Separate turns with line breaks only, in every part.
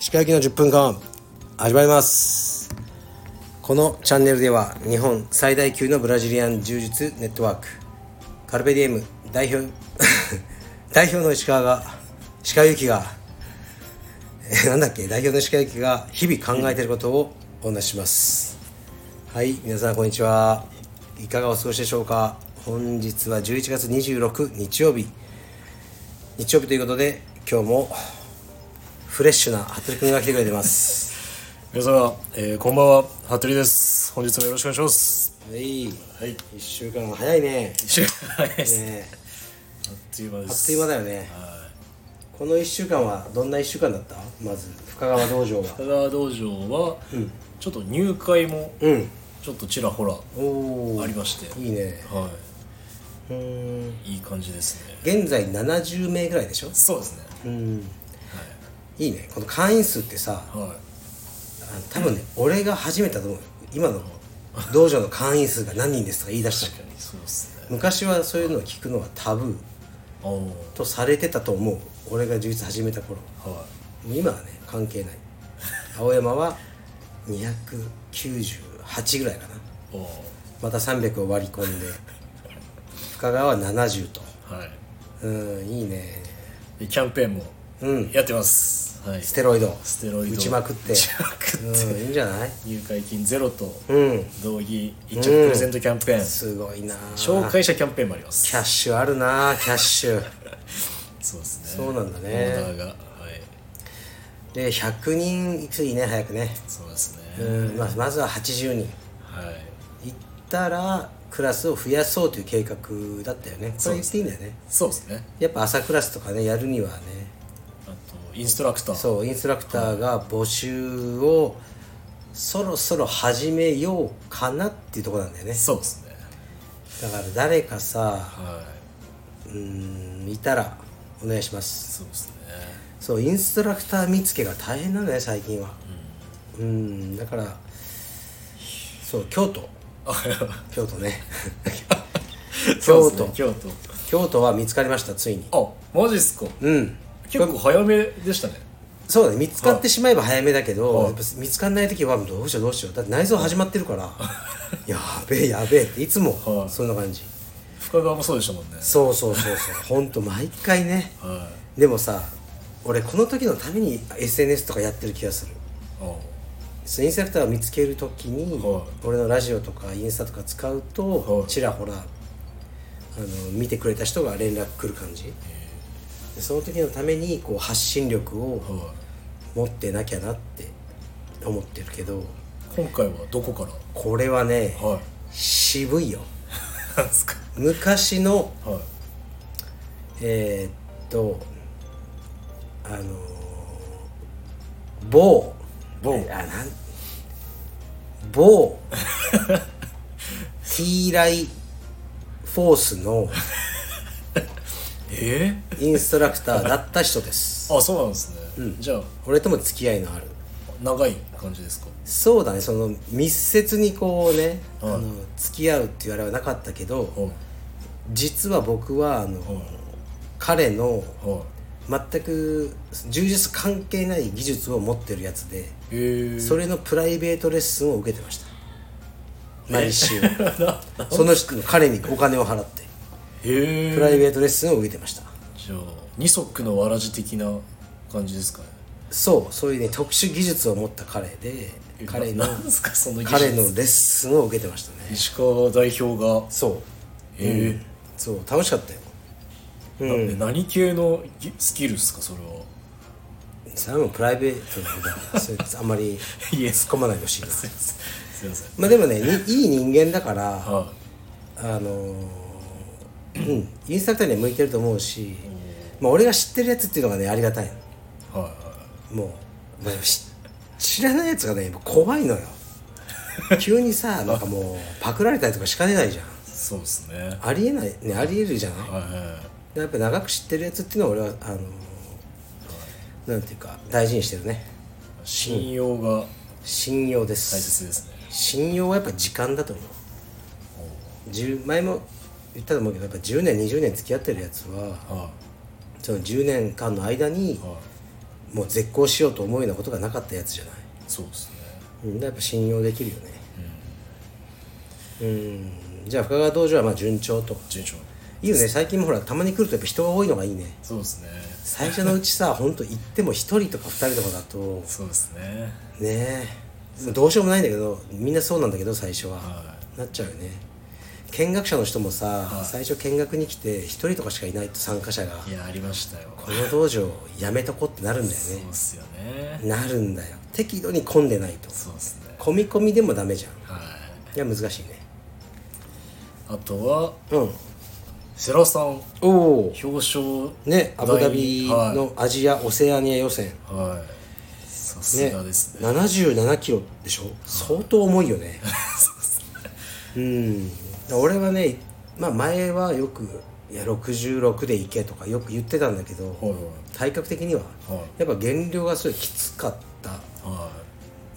石川行きの10分間始まりますこのチャンネルでは日本最大級のブラジリアン柔術ネットワークカルペディエム代表 代表の石川が石川由紀がえーなんだっけ代表の石川由紀が日々考えていることをお話ししますはい皆さんこんにちはいかがお過ごしでしょうか本日は11月26日曜日日曜日ということで今日もフレッシュな服部君が来てくれてます。
皆様、えー、こんばんは服部です本日もよろしくお願いします
はい、はい、1週間も早いね。
一週間早いですね
ね
あっという間で
あっ
す
という間だよね。この1週間はどんな1週間だったまず深川道場は。
香川道場は、ちょっと入会も
うん。
ちょっとちらほら
おお
ありまして、
いいね。
は
うーん。
いいい感じですね
現在70名ぐらいでしょ
そうですね
うん。いいね。この会員数ってさ、
は
あの多分ね、俺が初めてだと思うよ。今の道場の会員数が何人ですとか言い出した
い
の
そうですね
昔はそういうのを聞くのはタブー
おおー
とされてたと思う。俺が充実始めた頃。
は
もう今はね関係ない青山は298ぐらいかない
おお
また300を割り込んで深川は70と
はい
うんいいね
でキャンペーンも
うん
やってます、はい
ステロイド
ステロイド
打ちまくって
打ちまくって
うんいいんじゃない
入会金ゼロと
うん
道着一着プレゼントキャンペーン、
すごいな
紹介者キャンペーンもあります
キャッシュあるなキャッシュ
そうですね
そうなんだ
オーダ
ね
ーがはい
で100人いくといいね早くね
そうです
う
ね
んまあまずは80人
はい
いったらクラスを増やそうという計画だったよねこれ言っていいんだよね
そうですね
やっぱ朝クラスとかねやるにはね
あとインストラクター
そうインストラクターが募集をそろそろ始めようかなっていうところなんだよね
そうですね
だから誰かさ
は
うーんいたらお願いしま
い
す
そうですね
そうインストラクター見つけが大変なんだね最近はうんだからそう京都
あ
京都ね
そう
京
です
都、
ね京都
京都は見つかりましたついに
あマジっすか
うん
結構早めでしたね
そうだね見つかってしまえば早めだけど、
はい
やっぱ見つかんない時はどうしようどうしようだって内臓始まってるから、 やべえやべえっていつも
はい
そんな感じ、
深川もそうでしたもんね
そうそうそう そうほんと毎回ね
は
でもさ俺この時のために SNS とかやってる気がする
いお
そのインスタクターを見つける時に、
はい
俺のラジオとかインスタとか使うと、
はい
ちらほらあの見てくれた人が連絡来る感じでその時のためにこう発信力を、
は
持ってなきゃなって思ってるけど
い今回はどこか
これはね
らはい
渋いよ
なんですか
昔の
はい
えーっとあのー某
某
えあなん某 ティーライフォースの
え
インストラクターだった人です
ー、あそうなんですね、じゃあ
俺とも付き合いのある
長い感じですか
そうだねその密接にこうね、
はい
あの付き合うっていうあれはなかったけど、
はい
実は僕はあの、
はい
彼の
はい
全く充実関係ない技術を持ってるやつで、
えー、
それのプライベートレッスンを受けてました毎週 その人彼にお金を払って
へえ
プライベートレッスンを受けてました
じゃあ二足のわらじ的な感じですかね
そうそういうね特殊技術を持った彼で
え
彼の
ななんですかその技術
彼のレッスンを受けてましたね
石川代表が
そう
え
そう楽しかったよ
えなんで何系のぎスキルですかそれは
それはもうプライベートなことだからそれあんま り
イエ
突っ込まないでほしいな
すいません
まあでもねにいい人間だから、
は
あのーうん、インスタクターには向いてると思うし、まあ、俺が知ってるやつっていうのがねありがたい
いはいは
のもう、まあし知らないやつがねもう怖いのよ急に さなんかもうパクられたりとかしかねないじゃん
いそうですねはい
ありえないねありえるじゃない
はいは
でやっぱ長く知ってるやつっていうのは俺はあのーなんていうか大事にしてるね
い信用が
信用で
大
す
切ですね、
信用はやっぱ時間だと思う10前も言ったと思うけどやっぱ10年20年付き合ってるやつは
は
その10年間の間に
いは
もう絶交しようと思うようなことがなかったやつじゃない
そうですね
うん、やっぱ信用できるよねうんじゃあ深川道場はまあ順調と
順調
いいよね最近もほらたまに来るとやっぱ人が多いのがいいね
そうですね
最初のうちさほんと行っても1人とか2人とかだと
そうですね
ねえどうしようもないんだけどみんなそうなんだけど最初は、
は
なっちゃうよね見学者の人もさ、最初見学に来て1人とかしかいないと参加者が
いいやありましたよ
この道場やめとこってなるんだよ
そうっすよね
ねなるんだよ適度に混んでないと
そうですね
混み込みでもダメじゃん
はい
いや難しいね
あとは
うん
世良さん
おお
表彰
ねア
第
ブダビ
は
のアジア・オセアニア予選、
い、はい、さす
ね
がですね
77キロでしょ相当重いよ ねうん俺はね、まあ、前はよくいや66でいけとかよく言ってたんだけど
はいはい
体格的には
は
やっぱ減量がすごいきつかった
は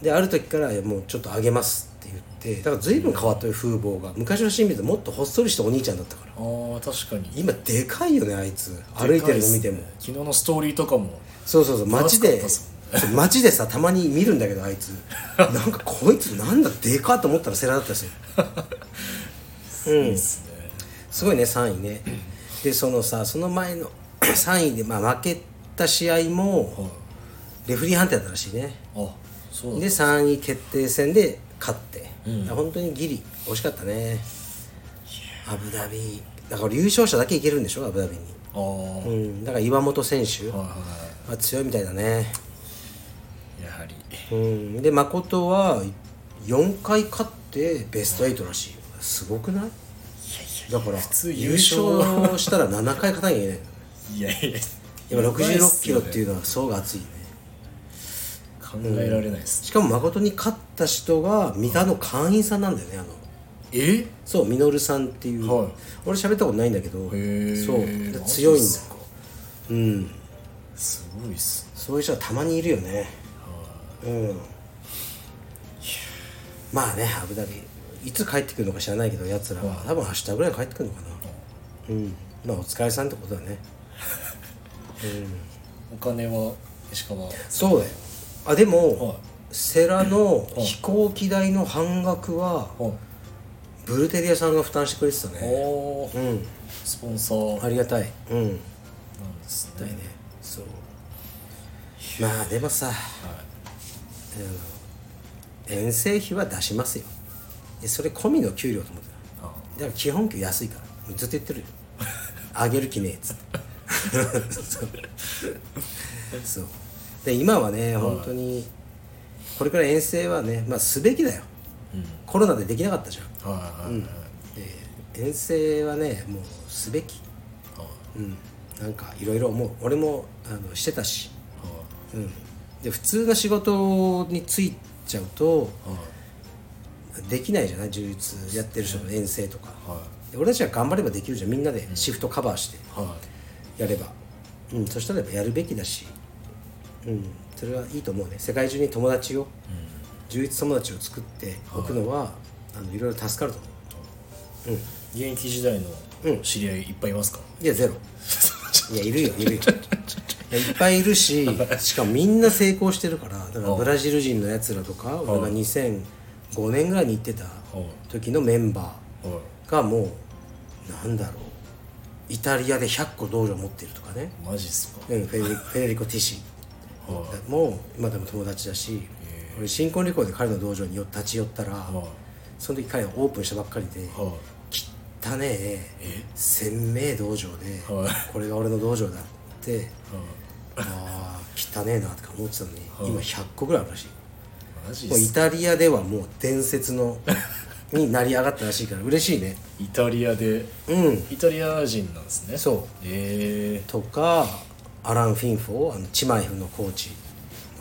である時からいやもうちょっと上げますって言ってだから随分変わったよ風貌が昔の清水もっとほっそりしたお兄ちゃんだったから
いああ確かに
今でかいよねあいつ歩いてるの見ても
昨日のストーリーとかも
そうそうそう街で
楽しか
そう街でさたまに見るんだけどあい つなんかこいつなんだでかっと思ったらセラだったし
いいですね、
すごいね3位ねでそのさその前の3位で、まあ、負けた試合もレフェリー判定だったらしいね
あそうだ
で3位決定戦で勝って、だから本当にギリ惜しかったねアブダビだから優勝者だけいけるんでしょアブダビに、
ああ、は
うん、だから岩本選手
い
は
は
強いみたいだね
いやはり
うん、で誠は4回勝ってベスト8らしいよすごくないだから
普通
優
優勝
勝したら7回勝たなきゃいけない
いやいや
今66キロっていううのは層が厚いね
考えられないです、
しかも誠に勝った人が三田の会員さんなんだよねあの
え
そう稔さんっていう、
はい
俺喋ったことないんだけど
ー
そうで
マジっすか
強いんだようん
すごいっす
そういう人はたまにいるよねうんまあねアブダビいつ帰ってくるのか知らないけどやつらは多分明日ぐらいに帰ってくるのかなうんまあお疲れさんってことだね
お金は石川
そうだよあでも、
はい
セラの飛行機代の半額は
は
ブルテリアさんが負担してくれてた
い
ね
おー
うん
スポンサー
あ
なん
りがたいうん
ですね、
だよねそうまあでもさ、あの遠征費は出しますよでそれ込みの給料と思って
あ
ただから基本給安いからずっと言ってる よ上げる気ねえっつってそう そうで今はね本当にこれくらい遠征はねまあすべきだよ、コロナでできなかったじゃん
ーはいはいはい、
で遠征はねもうすべき
あ
うんなんかいろいろ思う俺もあのしてたしうん、で普通の仕事に就いちゃうと
ーはい
できないじゃない充実やってる人の遠征とか、
は
で俺たちは頑張ればできるじゃんみんなでシフトカバーして
いはい
やれば、うん、そしたらやっぱやるべきだし、うん、それはいいと思うね世界中に友達を充実友達を作っておくのは、あのいろいろ助かると思
現役時代の知り合いいっぱいいますか、
ういやゼロいやいるよいるよいやいっぱいいるししかもみんな成功してるからだからブラジル人のやつらとか俺が2005年ぐらいに行ってた時のメンバ
はい
ーがもうなんだろうイタリアで100個道場持ってるとかね、
マジっすか
うん、フェデリフェデリコ・ティシ
は
も今でも友達だし俺新婚旅行で彼の道場によ立ち寄ったら
はい
その時彼はオープンしたばっかりで
はい
汚ねえ鮮明道場で
はい
これが俺の道場だ ってああ汚ねえなとか思ってたのに今100個ぐらいあるらしい
マジっ
もうイ
す
タリアではもう伝説 のになり上がったらしいから嬉しいね
イタリアで
うん
イタリア人なんですね
そう
え
とかアラン・フィンフォーあのチマイフのコーチ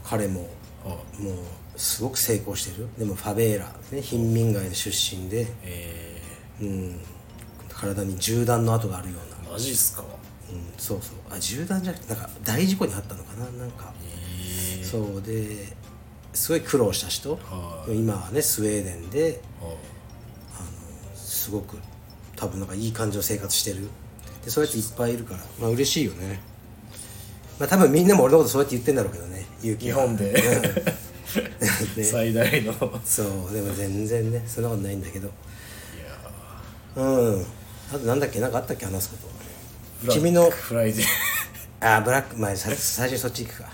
彼も
ー、はい
もうすごく成功してるでもファベーラ、ね、貧民街の出身で、
え
うん、体に銃弾の跡があるような
ー、マジっすか
うん、そうそうあ銃弾じゃなくてなんか大事故にあったのかななんか、そうですごい苦労した人、
は
今はねスウェーデンで
はい
すごく多分なんかいい感じの生活してるでそうやっていっぱいいるからまあ嬉しいよねまあ多分みんなも俺のことそうやって言ってんだろうけどね勇気
日本で 最大の
そうでも全然ねそんなことないんだけどうんあとなんだっけなんかあったっけ話すこと 君の
フライデー
あブラック前さ最初にそっち行くか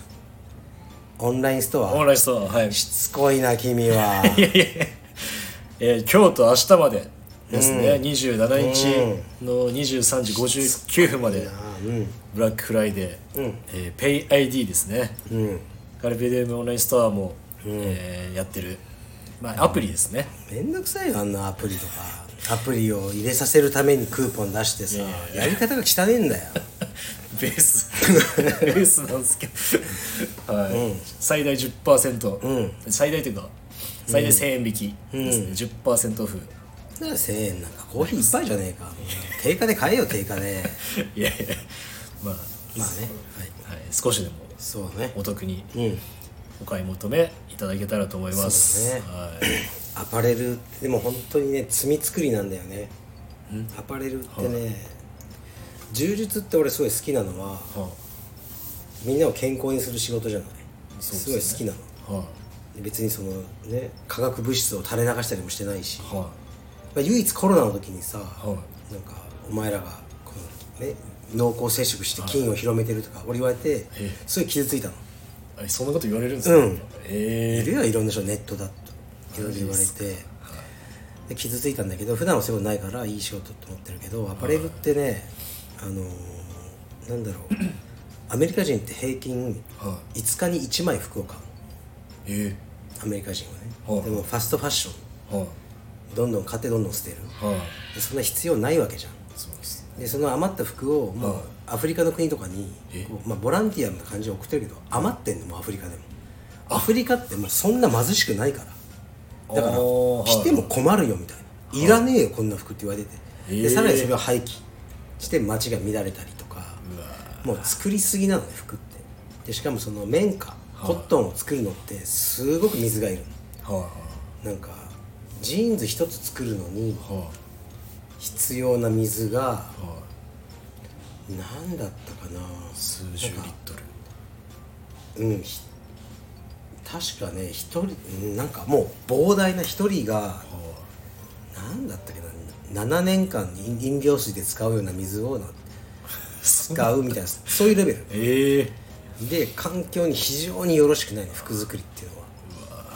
オンラインスト
オ
ア
ンラインストアはい
しつこいな君はい
やいやいや、えー今日と明日までですね、27日の23時59分までブラックフライデー、えーペイ ID ですね、カルペディウムオンラインストアも、えーやってる、まあ、アプリですね、
めんどくさいよあんなアプリとかアプリを入れさせるためにクーポン出してさやり方が汚ねえんだよ
ベ ースベースなんですけど、はい最大10%、最大というか最大1000円引きですね、10%オフ
なんで1000円なんかコーヒーいっぱいじゃねえかもう定価で買えよ定価で
いやいやまあ
まあねはい
はい、少しでも
そうね
お得に
うん
お買い求めいただけたらと思います。
そうだね
はい、
アパレルってでも本当にね積み作りなんだよねアパレルってね柔術って俺すごい好きなのは
は
みんなを健康にする仕事じゃないす,、
そうですね
ごい好きなの
あ、は
別にそのね化学物質を垂れ流したりもしてないし、
あ、は
まあ、唯一コロナの時にさ、
あ、は
なんかお前らがこの、ね、濃厚接触して菌を広めてるとか俺言われて
え
すごい傷ついたの
あ。えそんなこと言われるんですか。
うんい
え
るよいろんな人ネットだといろいろ言われてで傷ついたんだけど普段はそういうことないからいい仕事と思ってるけどアパレルってねあのーなん だろうアメリカ人って平均
えはい、
5日に1枚服を買う
え
アメリカ人は
は
ね
い
でもファストファッショ
えはい、
ンどんどん買ってどんどん捨てる
はい、
でそんな必要ないわけじゃん
そうです。
でその余った服をもう
はい
アフリカの国とかに
え
こう、まあ、ボランティアな感じで送ってるけど余ってんのもうアフリカでもアフリカってもうそんな貧しくないからだから
あーはい
着ても困るよみたいないらねえよこんな服って言われてて
え
で
ー
さらにそれを廃棄して街が乱れたりとかもう作りすぎなのね服ってでしかもその綿花コットンを作るのってすごく水がいる
はい、は
のなんかジーンズ一つ作るのに
あ、は
必要な水が
あ、は
何だったかな
あ、数十リットル。
うんひ確かね一人うんなんかもう膨大な一人が何だったっけな7年間に飲飲料水で使うような水 をな使うみたいなそういうレベル
ええ
で環境に非常によろしくないの服作りっていうのは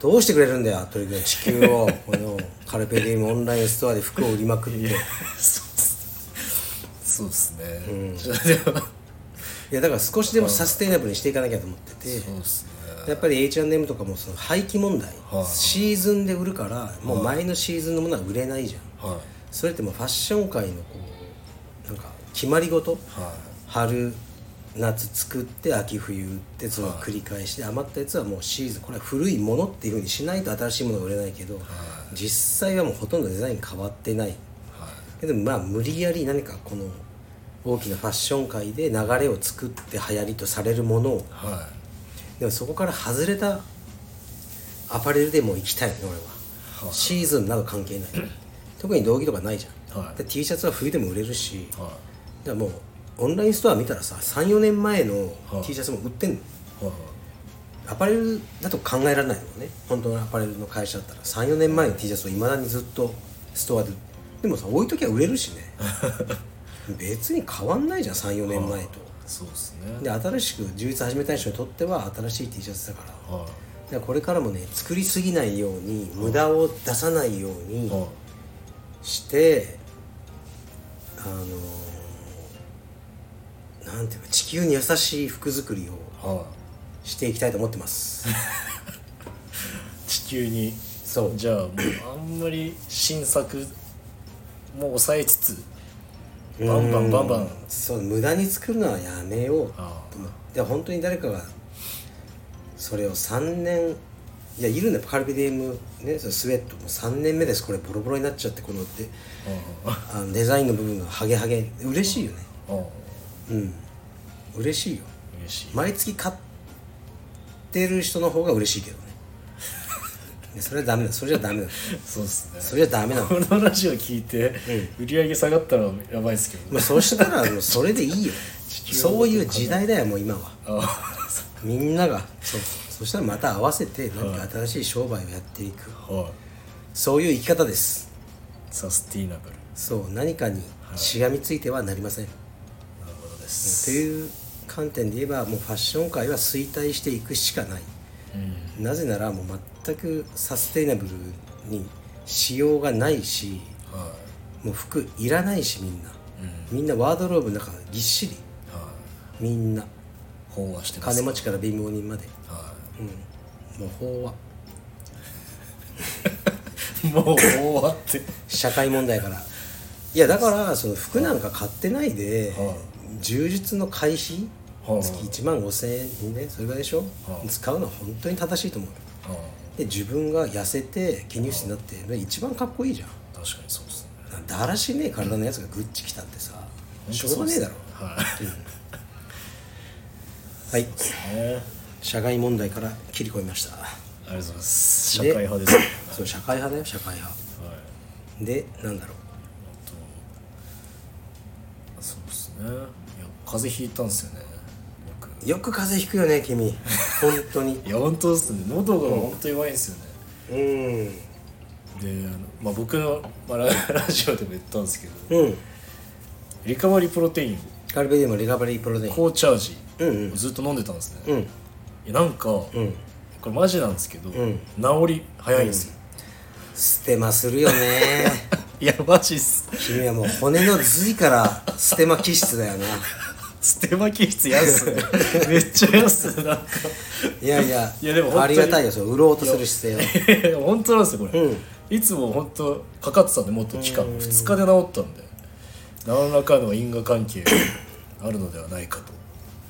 どうしてくれるんだよというらい地球を このカルペディウムオンラインストアで服を売りまくってい
そうです。そうですね。じゃあでも、
やだから少しでもサステイナブルにしていかなきゃと思ってて
そうですね。
やっぱり H&M とかもその廃棄問題、
はい
シーズンで売るからもう前のシーズンのものは売れないじゃん、
は
それってもうファッション界のこうなんか決まり事、
い、は
春夏作って秋冬ってその繰り返して余ったやつはもうシーズンこれは古いものっていうふうにしないと新しいものが売れないけど、実際はもうほとんどデザイン変わってない
い、はい。
けどまあ無理やり何かこの大きなファッション界で流れを作って流行りとされるものを
は
でもそこから外れたアパレルでもう行きたいね俺は、
はい
シーズンなど関係ない 特に道着とかないじゃん、
はい
で T シャツは冬でも売れるし
い、
だ
は
からもうオンラインストア見たらさ34年前の
はい
T シャツも売ってんの、
い、はい。
アパレルだと考えられないもんね本当のアパレルの会社だったら34年前の T シャツをいまだにずっとストアででもさ置いときゃ売れるし ね別に変わんないじゃん34年前と
そうですね。
で新しく充実始めたい人にとっては新しい T シャツだから
は
だからこれからもね作りすぎないように無駄を出さないよう
い、
に
は
してあのーなんていうか地球に優しい服作りを
い、はい。
していきたいと思ってます
地球に
そう
じゃあもうあんまり新作も抑えつつバンバンバンバン
そう無駄に作るのはやめようと
あ
思って本当に誰かがそれを3年いやいるんだよカルビディウム、ね、そのスウェットも3年目ですこれボロボロになっちゃってこので
あ
あのデザインの部分がハゲハゲ嬉しいよね
ああ
うん嬉しいよ
嬉しい
毎月買ってる人の方が嬉しいけどねやそれはダメだそれじゃダメだ
そうですね
それじゃダメなの、
このラジオ聞いて、売り上げ下がったらやばいですけどね
まあ、そしたらもうそれでいいよ
球温度
そういう時代だよもう今は
あ
みんながそうそしたらまた合わせて何か新しい商売をやっていく
あはい
そういう生き方です
サスティナブル
そう何かにしがみついてはなりません、
なるほどで
と
す
いう観点で言えばもうファッション界は衰退していくしかない
うん
なぜならもう全くサステイナブルにしようがないし
は
もう服いらないしみんな、みんなワードローブの中ぎっしり
いは
みんない
飽和してます
金持ちから貧乏人まで、
は
うん、もう飽和
いもう飽和って
社会問題からいやだからその服なんか買ってないで、
は
充実の会費、
はい
月1万5000円にねそれぐらいでしょ、
はい
使うのは本当に正しいと思う
は
で自分が痩せて筋肉質になって、一番かっこいいじゃん
い確かにそうですね
だらしねえ体のやつがグッチ来たってさしょうがねえだろ
は
は
い
い
ね
社会問題から切り込みました
ありがとうございます社
で
会派ですね
そう社会派だよ社会派
はい
でなんだろ
あとそうですねいや風邪ひいたんですよね僕
うよく風邪ひくよね 君本当に
いや本当ですね喉が本当弱いんですよ
う
ね、
ん
であの、まあ、僕の、まあ、ララジオ でも言ったんですけど
うん
リカバリープロテイン
カルベディウムリカバリープロテイン
高チャージ
うん
をずっと飲んでたんですね、
うん
いやなんか、
うん
これマジなんですけど、
ん
治り早いんですよ、
ステマするよね
いやマジっす
君はもう骨の髄からステマ気質だよな
ステマ気質やっすね めっちゃやっすねなんか
いやいや
いやでも本当に
ありがたいよその売ろうとする姿勢
いや本当なんですよこれ、
うん
いつも本当かかってたんでもっと期間2日で治ったんで何らかの因果関係があるのではないか
は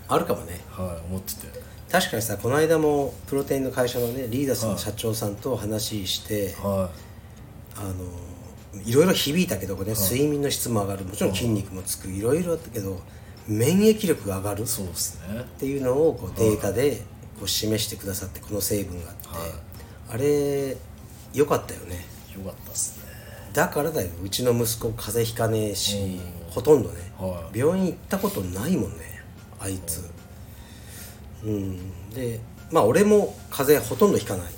あるかもね
と、はい、思ってて
確かにさこの間もプロテインの会社のねリーダースの社長さんと話して、
は
あのいろいろ響いたけどこれね、睡眠の質も上がるもちろん筋肉もつくいろいろだったけど免疫力が上がるっ
いそうですね
ていうのをこうデータでこう示してくださってこの成分があって、あれ良かったよね
よかったっすね
だからだようちの息子風邪ひかねえし、ほとんどね、
は
病院行ったことないもんねあいつうんでまあ俺も風邪ほとんどひかない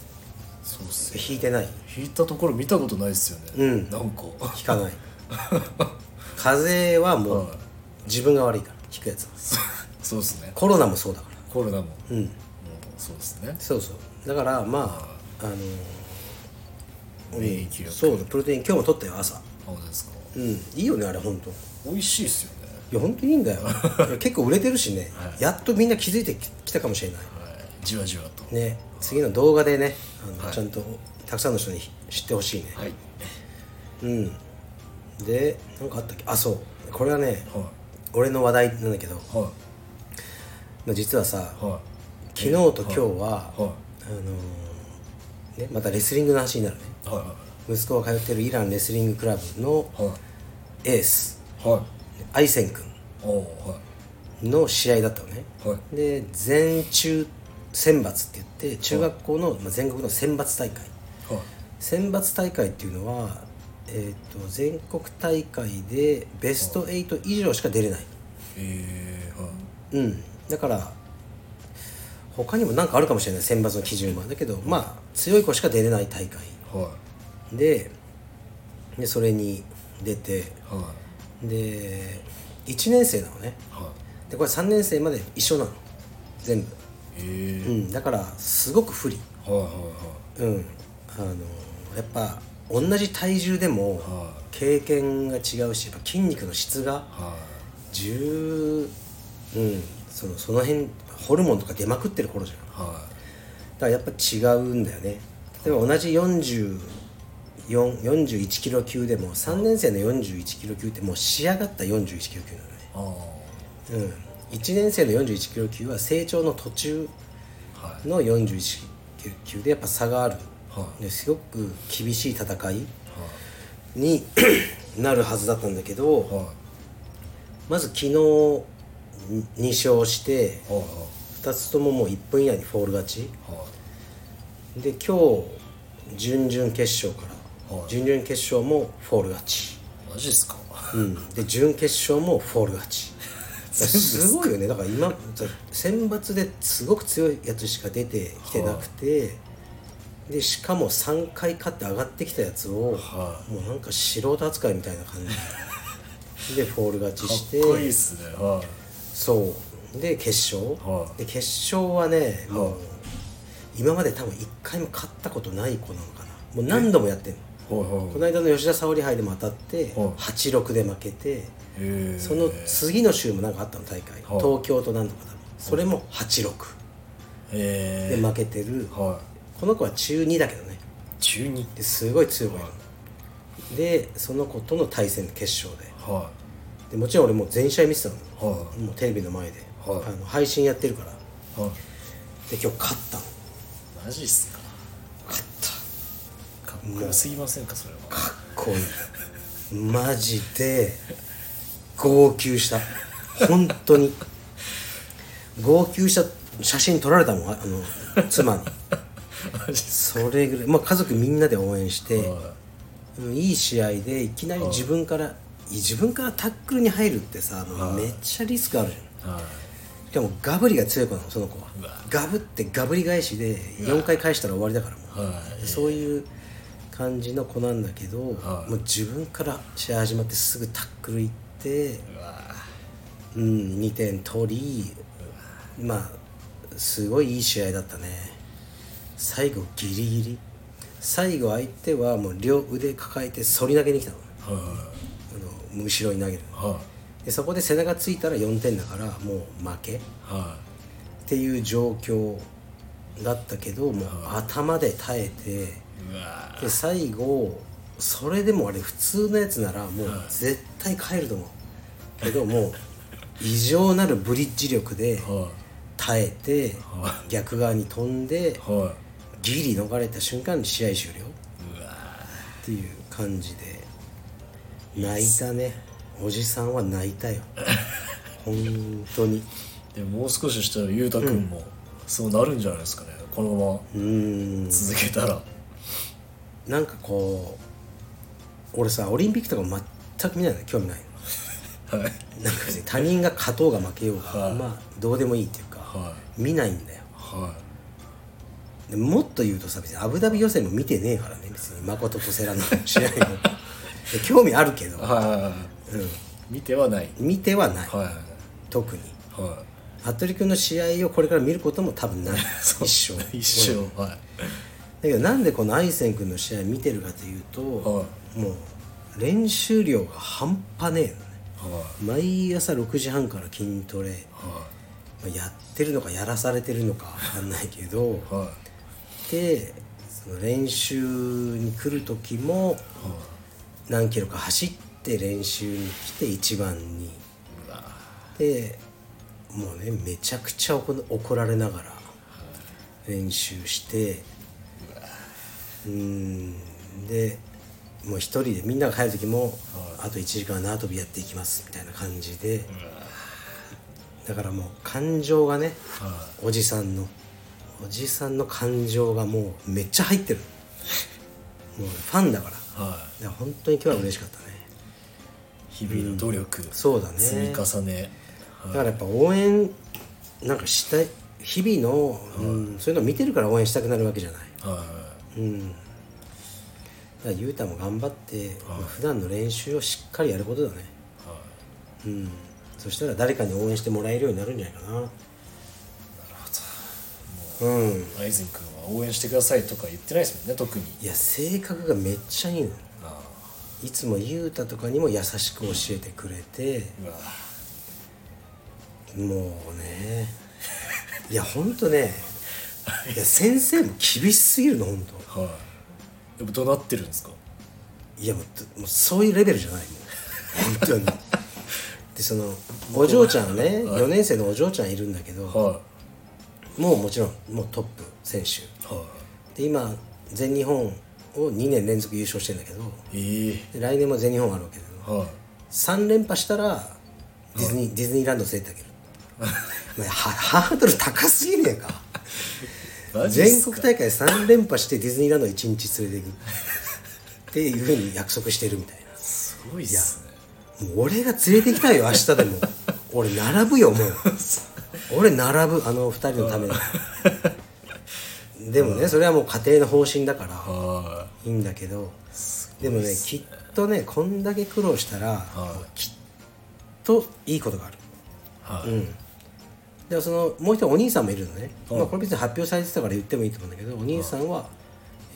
そうっすね
ひいてない
引いたところ見たことないっすよね、
うん
なんか
ひかない 風邪はもう
はい
自分が悪いからひくやつは
そうっすね
コロナもそうだから
コロナも、も
うん
うそうですね
そうそうだからまああの
免疫力
そうだプロテイン今日も取ったよ朝
あ本当ですか
うんいいよねあれ本当
美味しいっすよね
いや本当いいんだ よいや結構売れてるしね、やっとみんな気づいてききたかもしれない
はいじわじわと
ね次の動画でねあの、
はい
ちゃんとたくさんの人に知ってほしいね、
はい
うんでなんかあったっけあそうこれはね
は
俺の話題なんだけど
いは
まあ実はさ
いは
昨日と今日は、
いは
あのーね、またレスリングの話になるね
いは
息子が通ってるイランレスリングクラブの
いはい
エース
はい
アイセン
おおは
君の試合だったのね、
いはい
で全中選抜って言って中学校の、まあ、全国の選抜大会
はい
選抜大会っていうのは、えー、と全国大会でベスト8以上しか出れない、
えー、は
う
い
ん、だから他にも何かあるかもしれない選抜の基準はだけどまあ強い子しか出れない大会
は
ででそれに出て
いはい
で1年生なのね
はい
でこれ3年生まで一緒なの全部、
え
う
ー、
ん、だからすごく不利
はいはい
うんあのやっぱ同じ体重でも
はいは
経験が違うしやっぱ筋肉の質が
いは
10うんそのその辺ホルモンとか出まくってる頃じゃんだ
いは
からやっぱ違うんだよね例えば同じ4441キロ級でも3年生の41キロ級ってもう仕上がった41キロ級なのね
いああ
うん、1年生の41キロ級は成長の途中
はい
の41キロ級でやっぱ差がある、
はい
ですごく厳しい戦い
は
になるはずだったんだけど、
いはい
まず昨日2勝して
はいはい
2つとももう1分以内にフォール勝ち
は
で今日準々決勝から、
はい
準々決勝もフォール勝ち、
マジっすか
うん、で準決勝もフォール勝 ちすごいよねだから今選抜ですごく強いやつしか出てきてなくて、でしかも3回勝って上がってきたやつを、
は
もうなんか素人扱いみたいな感 じでフォール勝ち
か
して
っこいいっすねはい
そうで決勝、
はい
で決勝はねもう、
はい
今まで多分1回も勝ったことない子なのかなもう何度もやってんの
はいはい
この間の吉田沙保里杯でも当たって
はい
8-6で負けて
えー
その次の週もなんかあったの大会
はい
東京と何度かだそれも8-6で
えー
負けてる
は
この子は中2だけどね
い中二
ですごい強い子なのでその子との対戦決勝で
は
でもちろん俺もう全試合見てたの
いは
もうテレビの前で、
はい
あの配信やってるからで
いはい
今日勝ったの
マジっすか
勝っ
かっこよすぎませんかそれは
たかっこ いいマジで号泣した本当に号泣した写真撮られたもんああの妻に
マジっす
それぐらい、まあ、家族みんなで応援して、
はい
うんいい試合でいきなり自分から、い自分からタックルに入るってさもうめっちゃリスクあるじゃん
は
しかもガブリが強い子なのその子は
うわ
ガブってガブリ返しで4回返したら終わりだからもう
いはい
そういう感じの子なんだけど、
はい
もう自分から試合始まってすぐタックル行って、
うわ
うん、2点取りまあすごいいい試合だったね最後ギリギリ最後相手はもう両腕抱えて反り投げに来たの
はい
あの後ろに投げる
はい
でそこで背中ついたら4点だからもう負けっ
は
ていう状況だったけどもう頭で耐えて。
いうわ
で最後それでもあれ普通のやつならもう絶対帰ると思うけどもう異常なるブリッジ力で
は
耐えて
は
逆側に飛んで
いは
ギリ逃れた瞬間に試合終了
いうわ
っていう感じで泣いたねおじさんは泣いた よ本当に
でももう少ししたら裕太君もそうなるんじゃないですかね、この
う
ま
ーん
ま続けたら、
なんかこう俺さオリンピックとか全く見ないの興味ないの
はい
なんかね他人が勝とうが負けようが、
はい
まあどうでもいいっていうか、
は
見ないんだよ
は
でもっと言うとさ別にアブダビ予選も見てねえからね別に誠と世良の 試合もで興味あるけど
い、はい、見てはない
見てはない、
はい
特に
は
服部君の試合をこれから見ることも多分 ない
い
一生
一生、はい
だけどなんでこのアイセン君の試合見てるかというと、
は
もう練習量が半端ねえのね
は
毎朝6時半から筋トレ
いは
まあやってるのかやらされてるのか分かんないけど
いは
でその練習に来る時も何キロか走って練習に来て一番に
いは
でもうねめちゃくちゃ怒怒られながら練習してうんでもう一人でみんなが帰る時もあと1時間縄跳びやっていきますみたいな感じでだからもう感情がねおじさんのおじさんの感情がもうめっちゃ入ってるもうファンだからだか
い
ら
は
本当に今日は嬉しかったね
い日々の努力、
そうだね
積み重ね
だからやっぱ応援なんかしたい日々の、うん、そういうのを見てるから応援したくなるわけじゃない
はいは
うんだから雄太も頑張って、まあ普段の練習をしっかりやることだね
いは
うんそしたら誰かに応援してもらえるようになるんじゃないかななるほどうん
いアイゼン君は応援してくださいとか言ってないですもんね特に
いや性格がめっちゃいいの
あ
いつも雄太とかにも優しく教えてくれて
あうわ
もうねいやほんとねいや先生も厳しすぎるのほんと
はいやっぱ怒鳴ってるんですか
いやもうもうそういうレベルじゃないもう本当にでそのお嬢ちゃんね4年生のお嬢ちゃんいるんだけど
は
もうもちろんもうトップ選手
いは
で今全日本を2年連続優勝してんだけど
いええ
で来年も全日本あるわけだよ
はい
3連覇したらディズニー、ディズニーランド連れてってあげるお前はハードル高すぎねえか
マジっ
全
す
国
か
大会3連覇してディズニーランド1日連れていくっていうふうに約束してるみたい
すごいっすね
なもう俺が連れてきたいよ明日で も俺並ぶよもう俺並ぶあの2人のた めにでもねそれはもう家庭の方針だから
はい
いんだけどでもねきっとねこんだけ苦労したら
いはい
きっといいことがある
はい、
でもそのもう一人お兄さんもいるのね、まあ、これ別に発表されてたから言ってもいいと思うんだけどお兄さんは、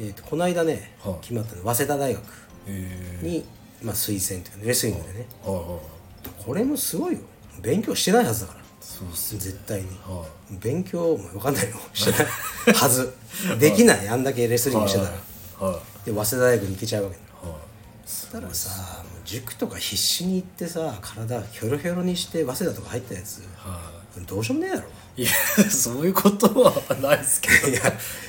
えー、とこの間ね、
はい
決まったの早稲田大学
え
に、まあ、推薦というかねレスリングでね
ー、はいはい
これもすごいよ勉強してないはずだから
そうっすね
絶対に
は
勉強も分かん ないよしてないはずできないあんだけレスリングしてたらで
いはい
早稲田大学に行けちゃうわけだ
はい
だからさもう塾とか必死に行ってさ体ヒョロヒョロにして早稲田とか入ったやつどうしようもねえだろ
いや そういうことはないですけど
いや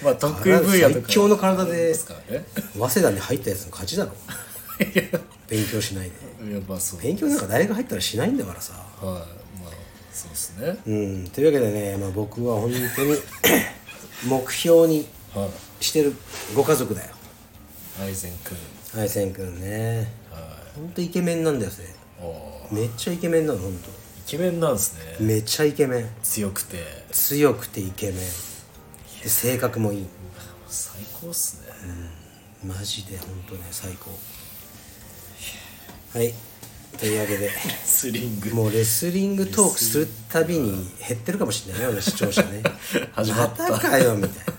まあ得意分野と
最
か
強の体で
ですから ね
早稲田に入ったやつの勝ちだろ勉強しないで
いやまあそう
勉強なんか大学入ったらしないんだからさ
はいまあそうですね
うんというわけでね、まあ、僕は本当に 目標に
は
してるご家族だよ
い愛禅君
愛せんくんね
は
本当イケメンなんだよそれ
いおー
めっちゃイケメンなの本
イケメンなんですね
当めっちゃイケメン
強くて
強くてイケメンで性格もいい
最高っすね
マジで本当ね最高はいというわけで
スリング
もうレスリングトークするたびに減ってるかもしれないね俺視聴者ね
始まった
またかよみたいな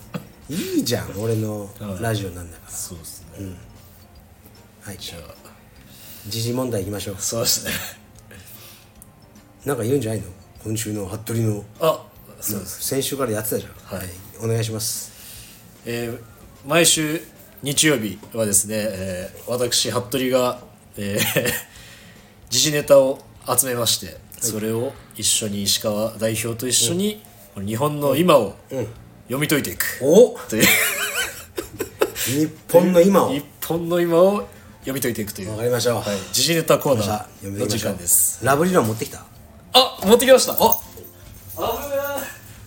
いいじゃん俺のラジオなんだか
そうですね
らはい
じゃあ
時事問題いきましょう
そうですね
なんか言うんじゃないの今週の服部の
あそうです
先週からやってたじゃん
はい
お願いします
えー毎週日曜日はですね、えー私服部が、えー 時事ネタを集めまして、それを一緒に石川代表と一緒に、この日本の今を読み解いていく、
お
という
日本の今を
日本の今を読み解いていくという、
わ
は
か
い
りましょう、
時事ネタコー
さ
ナ
あ読
ー
み
の
ま
時
しょう
間です
ラブ理論持ってきた
あ持ってきましたあ危な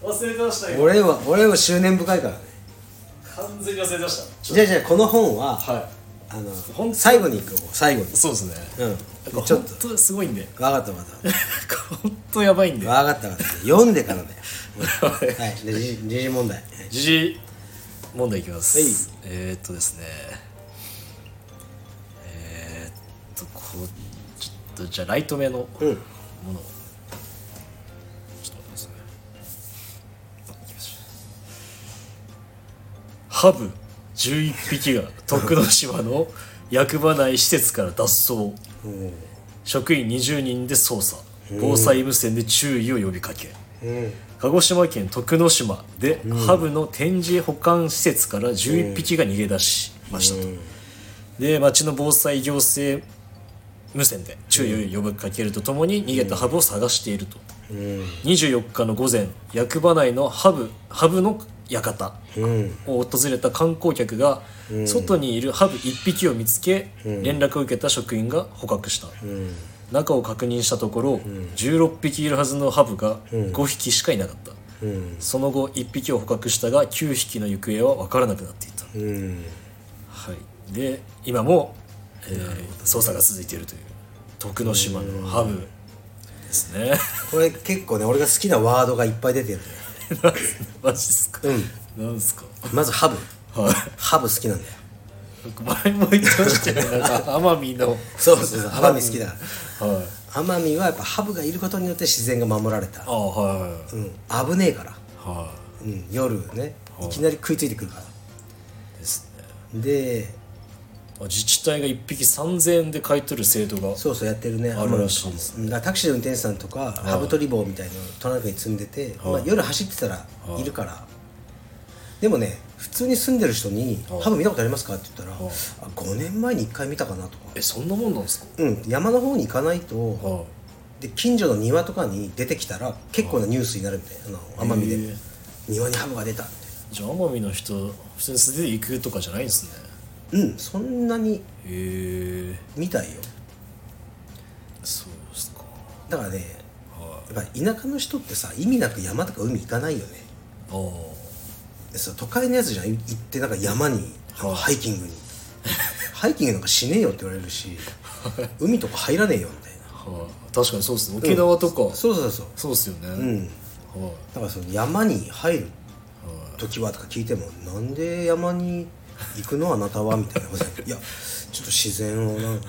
ー忘れてましたよ
俺は俺は執念深いからね
完全に忘れてました
じゃあじゃあこの本は、
は
あ
ほ
の
ん
最後に行くもう最後に
いそうですね、
うんちょっ
本
と
当すご いんで
分かった分かった
本当やばいんで
分かった分かった読んでからだよ はい、で時事時事問題。はい
時事問題いきます、えー、っとですねえー、っとこうちょっとじゃあライト目のものを、ちょっと待ってくださいねあ行きましょうハブ11匹が徳之島の役場内施設から脱走職員20人で捜査防災無線で注意を呼びかけ、鹿児島県徳之島で、ハブの展示保管施設から11匹が逃げ出しましたと、で町の防災行政無線で注意を呼びかけるとともに逃げたハブを探していると、24日の午前役場内のハブハブの館を訪れた観光客が外にいるハブ1匹を見つけ連絡を受けた職員が捕獲した、中を確認したところ、16匹いるはずのハブが5匹しかいなかった、その後1匹を捕獲したが9匹の行方は分からなくなっていた、
うん。
はい、で今も、えー捜査が続いているという徳之島のハブですね
これ結構ね、俺が好きなワードがいっぱい出てるね。
マジですか、なんですか
まずハブ。
はい
ハブ好きなんだよ。
僕前も言ってましたよね なんか奄美の
そうそうそう、奄美好きだ。
はい
奄美はやっぱハブがいることによって自然が守られた
あ。あはいはい
うん、危ねえから。
は
うん、夜ね、いきなり食いついてくるから。
いですね
で、
あ自治体が1匹3000円で買い取る制度が
そうそうやってるね。
あるらしいです
うんだからタクシーの運転手さんとか、ハブ取り棒みたいなのをトラックに積んでて、まあ、夜走ってたらいるから、でもね普通に住んでる人に「ハブ見たことありますか?」って言ったら「あ5年前に1回見たかな」とか
えそんなもんなんですか
「うん山の方に行かないと
は
で近所の庭とかに出てきたら結構なニュースになるみたいなあの奄美で
へえ
庭にハブが出たみ
いじゃあ奄美の人普通に素手で行くとかじゃないんですね
たいなうんそんなに
へえ
見たいよ
そうですか
だからね
は
やっぱり田舎の人ってさ意味なく山とか海行かないよね
ああ
そう都会のやつじゃんい行ってなんか山に
はい
ハイキングに ハイキングなんかしねえよって言われるし海とか入らねえよみたいな
はあ、確かにそうですね沖縄とか、
そうそうそう
そうですよね、
うん
は
だからその山に入る
あは
時はとか聞いてもなんで山に行くのあなたはみたいなことでいやちょっと自然をな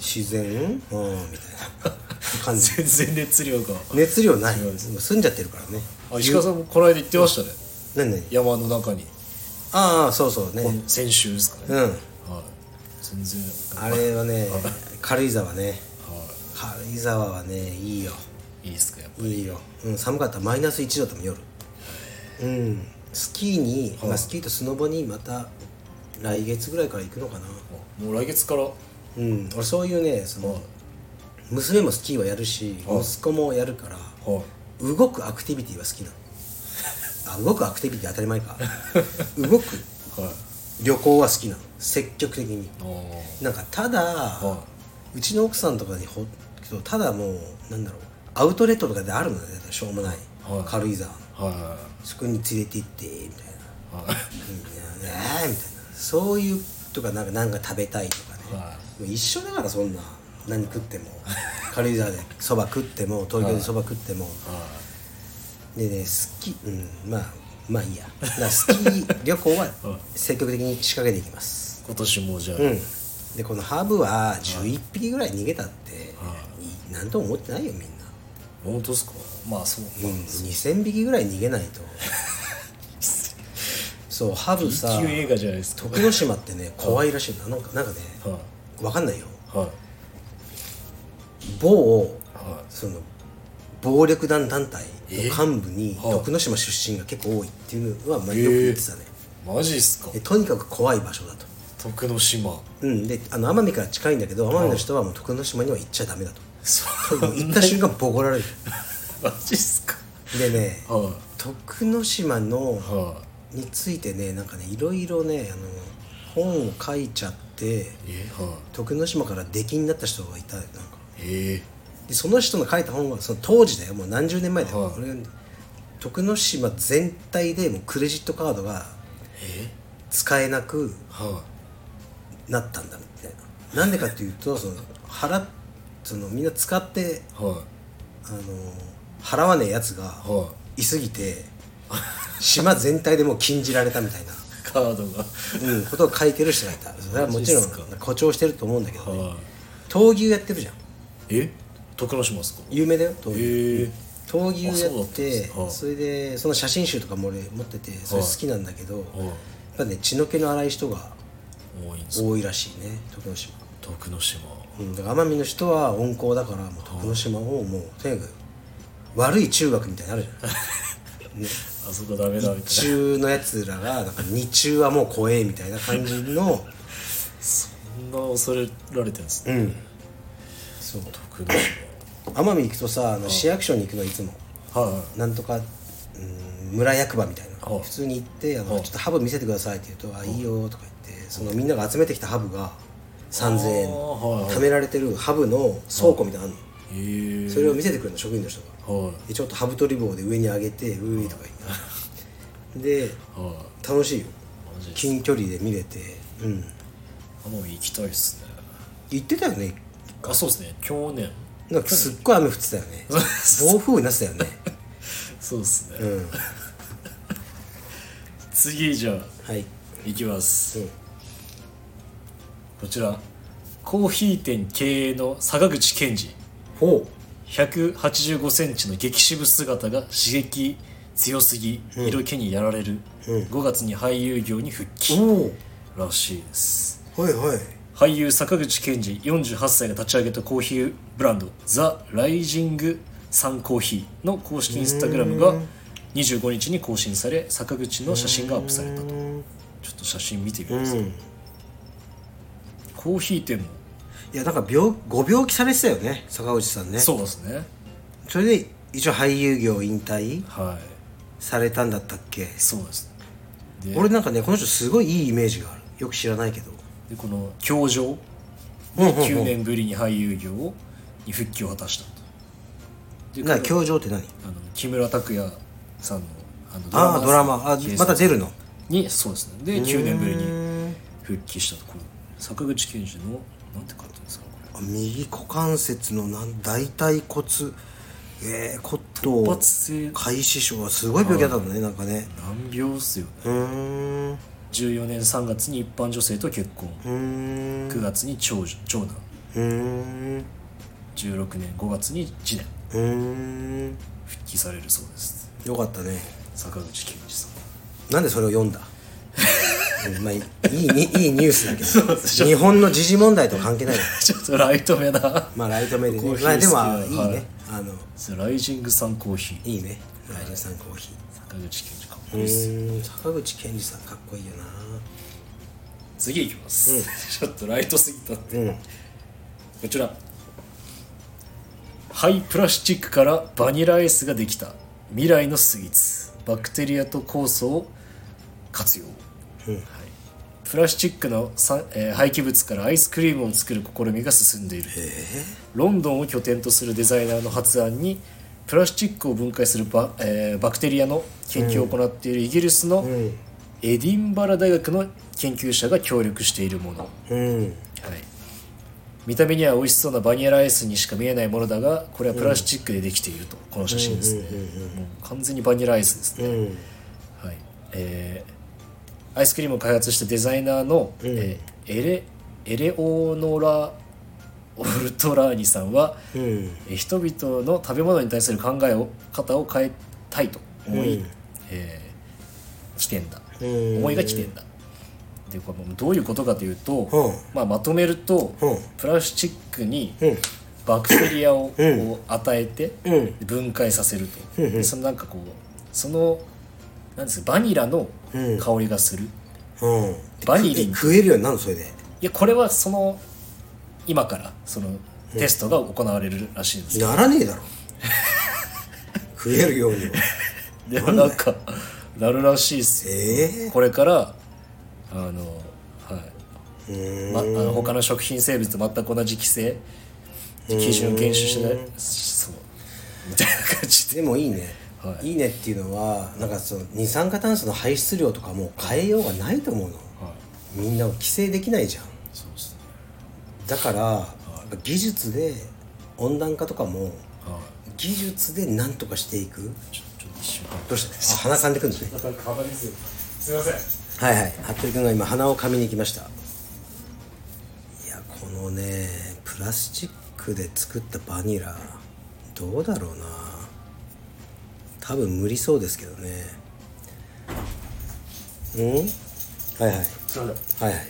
自然うんみたいな感
あ
じ
全然熱量が
熱量ない
違う
もう
です
住んじゃってるからね
あ石川さんもこの間言ってましたね、
何何
山の中に
ああそうそうね
先週ですか
う
ね、
ん
はい全然
あれはね軽井沢ね
は
軽井沢はねいいよ
いいいですかやっぱ
いいよ、うん、寒かったマイナス1度だったもん夜うんスキーに、まあ、スキーとスノボにまた来月ぐらいから行くのかな
もう来月からは
うん俺そういうねその娘もスキーはやるし
はい
息子もやるから
い
動くアクティビティは好きなのあ動くアクティビティ当たり前 か動く
はい
旅行は好きなの積極的に
あー
なんかただ、
は
うちの奥さんとかにほただもうなんだろうアウトレットとかであるのねしょうもない、
はい
軽井沢の
はいはい
そこに連れて行ってみたいな
はい
うんいやねえみたいなそういうとかなんかなんか食べたいとかね、
は
もう一緒だからそんな何食っても軽井沢でそば食っても東京でそば食っても、
は
でね好きうんまあまあいいやだからスキー旅行は積極的に仕掛けていきます
い今年もじゃあ、
うんでこのハブは11匹ぐらい逃げたって何とも思ってないよみんな、
本当ですかまあそう
うん、2000匹ぐらい逃げない とそうハブさ
E 級映画じゃないですか
徳之島ってね怖いらしいななんかなんかね
はい
わかんないよ
はい
某
は
その暴力団団体の幹部に
えはい
徳之島出身が結構多いっていうのはまあ
えー
よく言ってたね、
マジっすか
でとにかく怖い場所だと、
徳之島
うん、であの奄美から近いんだけど奄美の人はもう徳之島には行っちゃダメだと
そ
もう行った瞬間ボコられ る
マジっすか
でね
は
徳之島の
いは
についてねなんかねいろいろねあの本を書いちゃって
いえはい
徳之島から出禁になった人がいたなんか
え
でその人の書いた本はその当時だよもう何十年前だよ、
はい
俺が徳之島全体でもうクレジットカードが
え
使えなく
は
なったんだみたいななんでかっていうとその払っそのみんな使って
いは
あの払わねえやつが
いはい
すぎて島全体でもう禁じられたみたいない
カードが
うん、ことを書いてる人がいたそれはもちろん
マジっすか
誇張してると思うんだけど、ね、
は
闘牛やってるじゃん
いえ徳之島ですか
有名だよ闘牛
ええ
闘牛
あそうだ
や
っ
った
んで
て
すかは
そ
い
れでその写真集とかも俺持っててそれ好きなんだけど、
はい
やっぱね血の気の荒い人が
多いんです
多いらしいね徳之島、
徳之島
うん、だから奄美の人は温厚だからもう徳之島をもうとにかく悪い中学みたいになのあるじゃ ん
あそこダメだみたいな
中のやつらがなんか日中はもう怖えみたいな感じの
そんな恐れられてるんですね
うんそう
徳之
奄美行くとさあの市役所に行くのいつも
島はいはい
なんとか、うん、村役場みたいな
ああ
普通に行ってあの、
ああ
ちょっとハブ見せてください」って言うと「あいいよ」とか言ってそのみんなが集めてきたハブが3000円
ああはいはい
貯められてるハブの倉庫みたいなのあるの
ええ
それを見せてくれるの職員の人が
は
でちょっとハブ取り棒で上に上げて「うーい」とか言ってで
いは
楽しいよ
いマジで
近距離で見れてうん
奄美行きたいっすね
行ってたよね
あそうですね去年
なんかすっごい雨降ってたよ ね暴風雨になってたよね
そうっすね、
うん
次じゃあ
はい
行きます、
うん
こちらコーヒー店経営の坂口健二
ほう
1 8 5ンチの激渋姿が刺激強すぎ色気にやられる、5月に俳優業に復帰
お
らしいです
おはいはい
俳優坂口健二48歳が立ち上げたコーヒーブランドザ・ライジング・サンコーヒーの公式インスタグラムが25日に更新され坂口の写真がアップされたとちょっと写真見てみますか、コーヒー店も
いやだから病ご病気されてたよね坂口さんねそ
そうですね
れで一応俳優業引退
はい
されたんだったっけ
そうですで
俺なんかねこの人すごいいいイメージがあるよく知らないけど
でこの教場
うんうんうん
9年ぶりに俳優業をに復帰を果たしたとで
な教場って何
あの木村拓哉さんのあの
ああドラマあ
掲載
また出るの
にそうですねで9年ぶりに復帰したところ坂口健二のなんて書いてあるんですかこれ
あ右股関節のなん大腿骨えー、骨頭
突発性
開始症はすごい病気だったんだねなんかね
難病っすよね
うーんう
14年3月に一般女性と結婚
ーんう
9月に長女長男
ーん
16年5月に次男
うーん
復帰されるそうです
よかったね
坂口健二さん
なんでそれを読んだうんまあいいいいにいいニュースだけ
そうでし
ど日本の時事問題とは関係ない
ちょっとライトめな
まあライト目で
コー
ね
ヒー
まあでもい
好
い
き
ね、
なはい
あの
ライジングさんコーヒー
いいねライジンさんコーヒ
坂口健二かっこ
ー
いいっす
うーん坂口健二さんかっこいいよな
次いきます、 ちょっとライトすぎたって、
うん
こちら廃プラスチックからバニラアイスができた未来のスイーツバクテリアと酵素を活用、はい、プラスチックのさ、えー廃棄物からアイスクリームを作る試みが進んでいるロンドンを拠点とするデザイナーの発案にプラスチックを分解するバ,、えーバクテリアの研究を行っているイギリスのエディンバラ大学の研究者が協力しているもの、
うん
はい、見た目には美味しそうなバニラアイスにしか見えないものだがこれはプラスチックでできていると、この写真ですね、もう完全にバニラアイスですね、
うん
はいえーアイスクリームを開発したデザイナーの、えーエレエレオノラ・オルトラーニさんは、
うん
えー人々の食べ物に対する考えを方を変えたいと思い、えー来てんだ、
うん
思いが来てんだでこれもうどういうことかというと、
うん
まあ、まとめると、
うん
プラスチックに
うん
バクテリアをこう与えて
うん
分解させると、でそのなんかこうそのなんですかバニラの香りがする、い
うん
バニリン
で食え食えるようになるのそれで
やこれはその今からそのテストが行われるらしいんですよ、
ならねえ だろ食えるようには
でもなんかなるらしいですよ
ええ
これからあの、はい
ー
ま、あの他の食品生物と全く同じ規制基準を厳守しないそうみたいな感じで
でもいいね、、
はい
いねっていうのはなんかその二酸化炭素の排出量とかもう変えようがないと思うの
はい
みんなを規制できないじゃん
そうですね
だから、技術で温暖化とかも
はい
技術で何とかしていく
ちょちょっと一瞬
どうしたあ鼻噛んでくるんですね
なんかですよすいません
はいはい服部君が今鼻を噛みに行きましたいやこのねプラスチックで作ったバニラどうだろうな多分無理そうですけどねうんはいはい
すいま
はいはいだか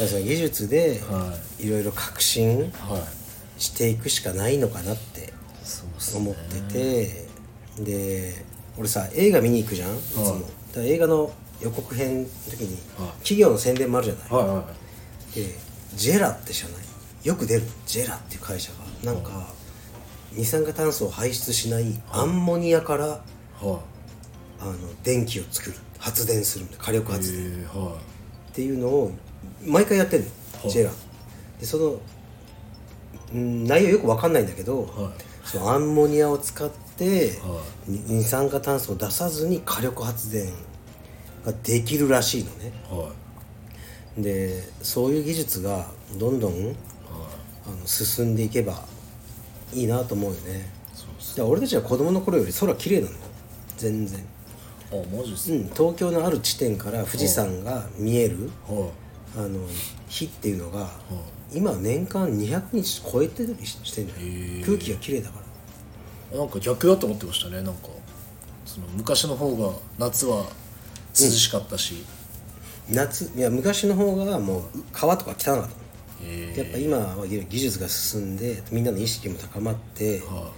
らその技術で
はい
ろいろ革新
せんはい
していくしかないのかなって
そうっす
思っててで俺さ映画見に行くじゃんいつも、
はい
だから映画の予告編の時に
はい
企業の宣伝もあるじゃない、
はいは
でジェラって知らないよく出るジェラっていう会社がなんか二酸化炭素を排出しないアンモニアから、
いはい
あの電気を作る発電するんだ火力発電
えーは
っていうのを毎回やってるの
い
ジェラでそのうん内容よく分かんないんだけど、
はい
そのアンモニアを使って、
は
に二酸化炭素を出さずに火力発電ができるらしいのね
いは
でそういう技術がどんどん
いはい
あの進んでいけばいいなと思うよね
そうっす
で俺たちは子供の頃より空綺麗なの全然、
あマジっす
う
ね
ん、東京のある地点から富士山が見える、
は
あの日っていうのが、今年間200日超えてたりしてんだよ
へえ
空気が綺麗だから
いなんか逆だと思ってましたねなんかその昔の方が夏は涼しかったし、
夏いや昔の方がもう川とか汚かった
え
やっぱ今は技術が進んでみんなの意識も高まって
ーは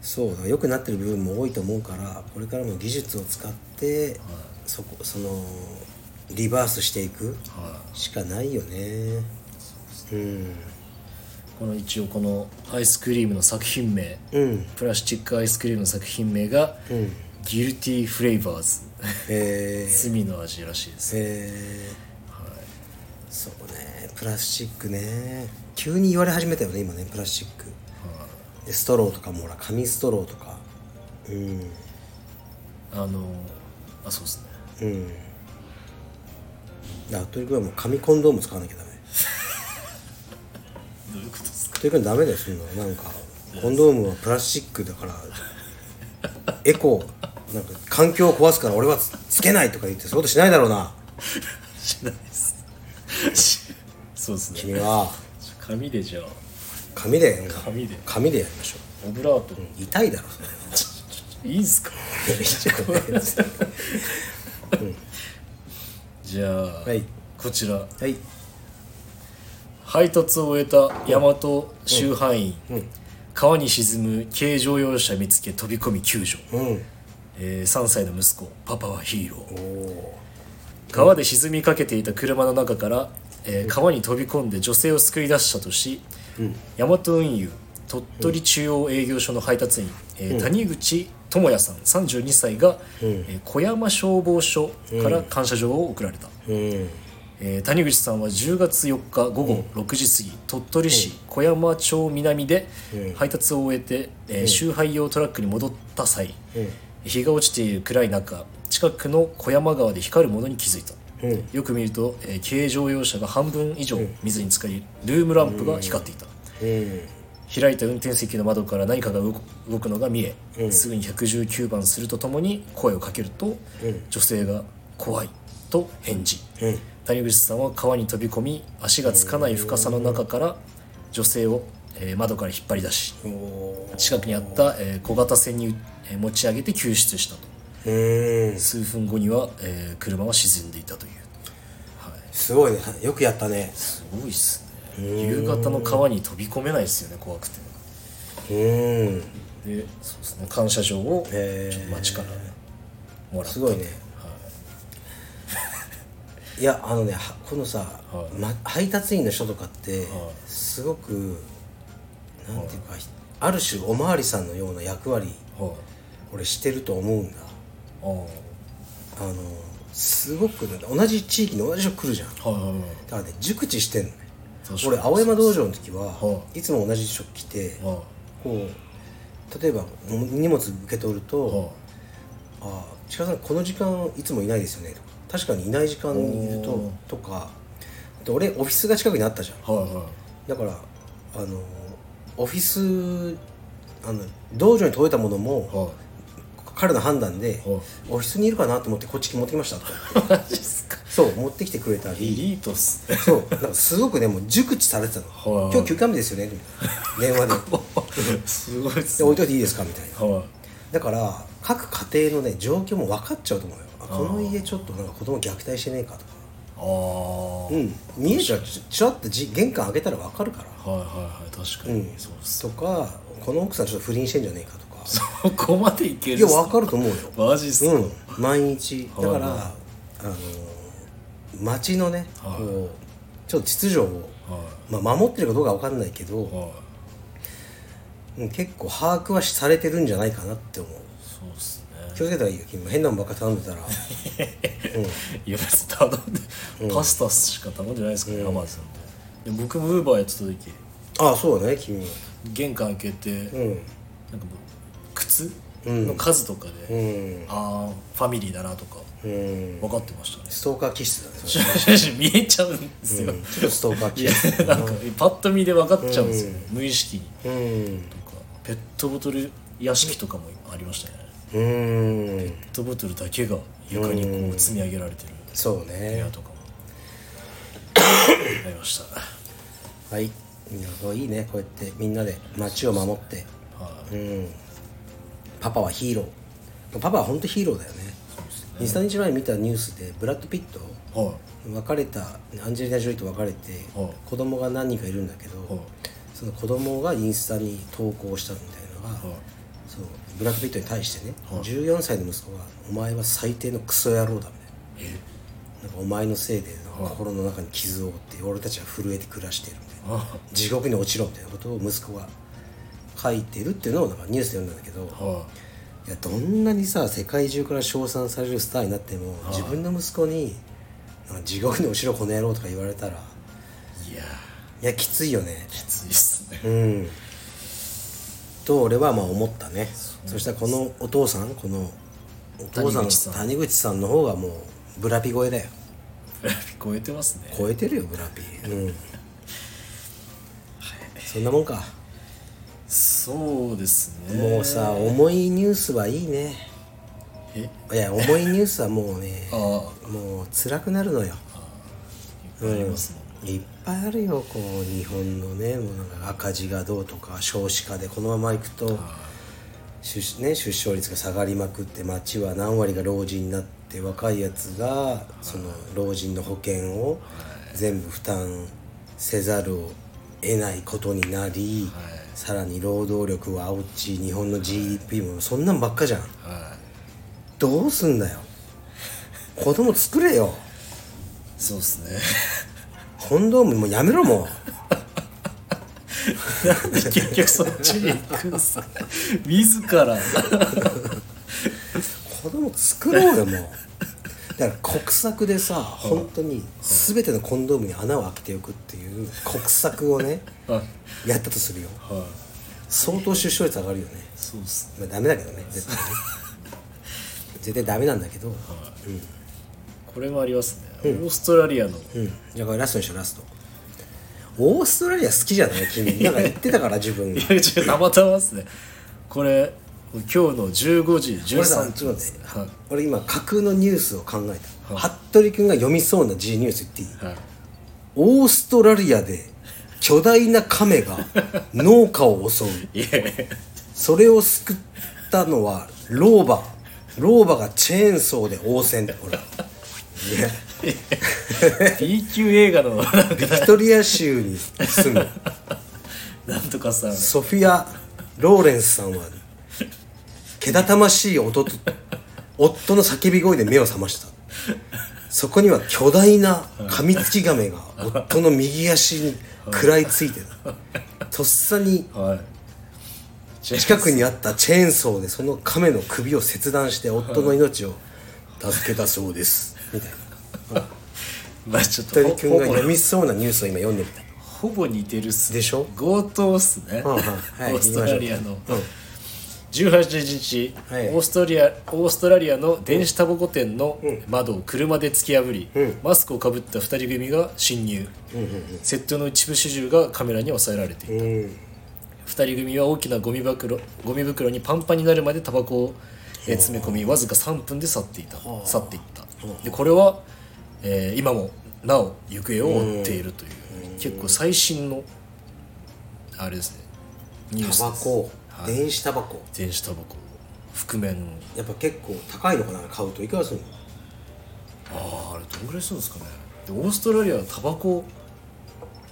そうだ良くなってる部分も多いと思うからこれからも技術を使ってそこそのリバースしていく
いはい
しかないよねうん
この一応このアイスクリームの作品名、
うん
プラスチックアイスクリームの作品名が「ギルティフレイバーズ」
えー、
罪の味らしいです
えーそうねプラスチックね急に言われ始めたよね今ねプラスチックでストローとかもほら紙ストローとかうん
あのあそうですね
あということはもう紙コンドーム使わなきゃダメ
どういうことですか
ということはダメだよそんなのなんかコンドームはプラスチックだからエコーなんか環境を壊すから俺はつつけないとか言ってそういうことしないだろうな
しない ですしそうですね
君は
紙でじゃあ
紙でなんか
紙で
紙でやりましょ
オブラート、
う痛いだろそれ
いいんすかじゃあ、
はい
こちら
はい
配達を終えた大和周範囲、川に沈む軽乗用車見つけ飛び込み救助、
うん
えー3歳の息子パパはヒーロ
お
ー
お
川で沈みかけていた車の中から、えー川に飛び込んで女性を救い出したとし、大和運輸鳥取中央営業所の配達員、えー谷口智也さん32歳が、えー小山消防署から感謝状を贈られた、
うん
えー谷口さんは10月4日午後6時過ぎ、鳥取市小山町南で配達を終えて、えー集配用トラックに戻った際、日が落ちている暗い中近くの小山川で光るものに気づいた、よく見ると、えー軽乗用車が半分以上水に浸かりルームランプが光ってい
う
た、
ん
開いた運転席の窓から何かが動く動くのが見え、すぐに119番するとともに声をかけると、女性が「怖い」と返事、谷口さんは川に飛び込み足がつかない深さの中から女性を、えー窓から引っ張り出し
おお
近くにあった、えー小型船に、えー持ち上げて救出したと
うん
数分後には、えー車は沈んでいたという、はい、
すごいねよくやったね
すごいっすね夕方の川に飛び込めないですよね怖くて。
うん
でそうですね感謝状を
へー
ちょっと町からもらった
すごいね、い、やあのねはこのさ、ま配達員の人とかって、すごくなんていうか、ある種おまわりさんのような役割
はい
俺してると思うんだ
ああ
あのすごくね同じ地域の同じ人来るじゃんだ
はいはいはい
からね熟知してんのね
確かに
俺青山道場の時は、
はい
い、つも同じ人来て、
は
こう例えば荷物受け取ると、
いは
ああ近さんこの時間いつもいないですよねとか確かにいない時間にいるととかあと俺オフィスが近くにあったじゃん
いはいは
だからあのオフィスあの道場に届いたもの
い
も
は
彼の判断で
いは
オフィスにいるかなと思ってこっち持ってきましたとか言って
いマジっすか
そう持ってきてくれた
エ
り
リートっすね
そうなんかすごくねもう熟知されてたの「
はい
今日休館日ですよね」みたいな電話で
すごいっ
です置い
ね
といていいですかみたいな
は
だから各家庭のね状況も分かっちゃうと思うよあこの家ちょっとなんか子供虐待してねえかとか
いああは
う
い
ん見えちゃうちちらってじ玄関開けたら分かるから
はいはい確かにそうっす
とかこの奥さんちょっと不倫してんじゃねえかとか
そこまでいけ
い
る
や
っす
分かると思うよ
マジっすか
うん毎日だから、
は
あのー街のね、
はい
こうちょっと秩序を、
は
まあ、守ってるかどうか分かんないけど、
いはい
うん結構把握はしされてるんじゃないかなって思う
そうっすね
気をつけたらいいよ君も変なもんばっか頼んでたら
いや別に頼んでパスタしか頼んでないですからアマゾンでで僕もウーバーやってた時
ああそうだね君
玄関開けて、
うん
なんかもう靴の数とかで、
うん
ああファミリーだなとか
うん
分かってましたね、
ストーカー気質だねそれ
見えちゃうんです
ちょ
よ、
っ とストーカー
い
気
や
質
なんかパッと見で分かっちゃうんですよ、無意識に
うん
とかペットボトル屋敷とかもありましたね
うん
ペットボトルだけが床にこう積み上げられてる
そう
部
ね
屋とかもありました
はいいやこういいねこうやってみんなで街を守って
はい
うんパパはヒーローパパは本当ヒーローだよね23日前見たニュースでブラッド・ピット
はい
別れたアンジェリーナ・ジョリーと別れて
はい
子供が何人かいるんだけど、
はい
その子供がインスタに投稿したみたいなのが、
はい
そうブラッド・ピットに対してね、14歳の息子が「お前は最低のクソ野郎だ」みたいな。
え
なんかお前のせいで心の中に傷を負って俺たちは震えて暮らしてるみたいな
あ
地獄に落ちろみたいなことを息子が書いてるっていうのをなんかニュースで読んだんだけど
はい
やどんなにさ世界中から称賛されるスターになっても自分の息子に「なんか地獄に落ちろこの野郎」とか言われたら
いいや
いやきついよね
ーきついっすね
うんと俺はまあ思ったねそしたらこのお父さんこのお父さん
谷口さん
谷口さんの方がもうブラピ超えだよ
超えてますね
超えてるよブラピうんそんなもんか
そうですね
もうさ重いニュースはいいね
え
いや重いニュースはもうね
ああ
もう辛くなるのよ
いっぱいありますもん、
いっぱいあるよこう日本のねもうなんか赤字がどうとか少子化でこのままいくと出,、ね、出生率が下がりまくって町は何割が老人になって若いやつがその老人の保険を全部負担せざるを得ないことになり、さらに労働力は落ち日本の GDP もそんなんばっかじゃん
はい
どうすんだよ子供作れよ
そうですね
コンドームもうやめろもう。
なんで結局そっちに行くんですか 自ら
子供作ろうよもうだから国策でさ本当に全てのコンドームに穴を開けておくっていう国策をね
はい
やったとするよ
はい
相当出生率上がるよね
そうです
ま
ね
あダメだけどね絶対ね絶対ダメなんだけど、うん
これもありますね、オーストラリアの
うん、じゃあこれラストにしようラストオーストラリア好きじゃない君なんか言ってたから自分
いや違うたまたまですねこれ今日の15時
俺さ
13
ちょ
分
っと待
です
って
はい
俺今架空のニュースを考えた、
はい
服部君が読みそうな G ニュース言っていい、
はい
オーストラリアで巨大な亀が農家を襲う
いやいや
それを救ったのは老婆老婆がチェーンソーで応戦ってほら
B 級映画のなんか
ビクトリア州に住む
なんとかさん
ソフィア・ローレンスさんはけたたましい夫と夫の叫び声で目を覚ましたそこには巨大なカミツキガメが夫の右足に食らいついてたとっさに
はい
近くにあったチェーンソーでその亀の首を切断して夫の命を助けたそうですみたいな
まあちょっと
鳥
ほ
君が
ほぼ
読みそうなニュースを今読んでみた
ほぼ似てるっすね
でしょ
強盗っすね、
うんうん
オ
はい
ーストラリアの、
うん
18日、
はい
オーストラリアオーストラリアの電子タバコ店の窓を車で突き破り、マスクをかぶった2人組が侵入、窃盗の一部始終がカメラに抑えられていた、2人組は大きなゴミ袋ゴミ袋にパンパンになるまでタバコをえー詰め込みわずか3分で去っていた去っていったでこれは、えー今もなお行方を追っているという結構最新のあれですねニュース
タバ
です
コ
はい
電子タバコ
電子タバコ覆面
やっぱ結構高いのかな買うといくらするの
あああれどんぐらいするんですかねでオーストラリアタバコ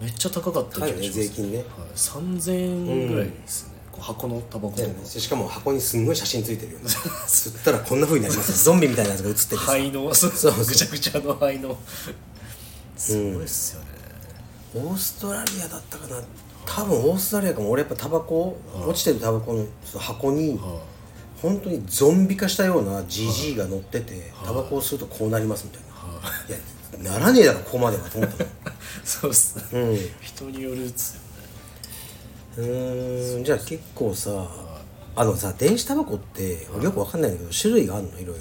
めっちゃ高かった
高いよ
気が
ね
しま
税
す、
金ね
はい、3000円ぐらいですね、こう箱のタバコとか、
しかも箱にすんごい写真ついてる よね吸ったらこんな風になり ますゾンビみたいなやつが写ってるさ
灰の そう
そう
ぐちゃぐちゃの灰のすごいっすよね、
オーストラリアだったかな多分オーストラリアかも俺やっぱタバコ落ちてるタバコのその箱に
はい
本当にゾンビ化したようなジジイが乗っててタバコを吸うとこうなりますみたいないやならねえだろここまではと思った の
そうっすね、
うん
人によるっすよね
うーんじゃあ結構さあのさ電子タバコって俺よくわかんないんだけど種類があるのいろい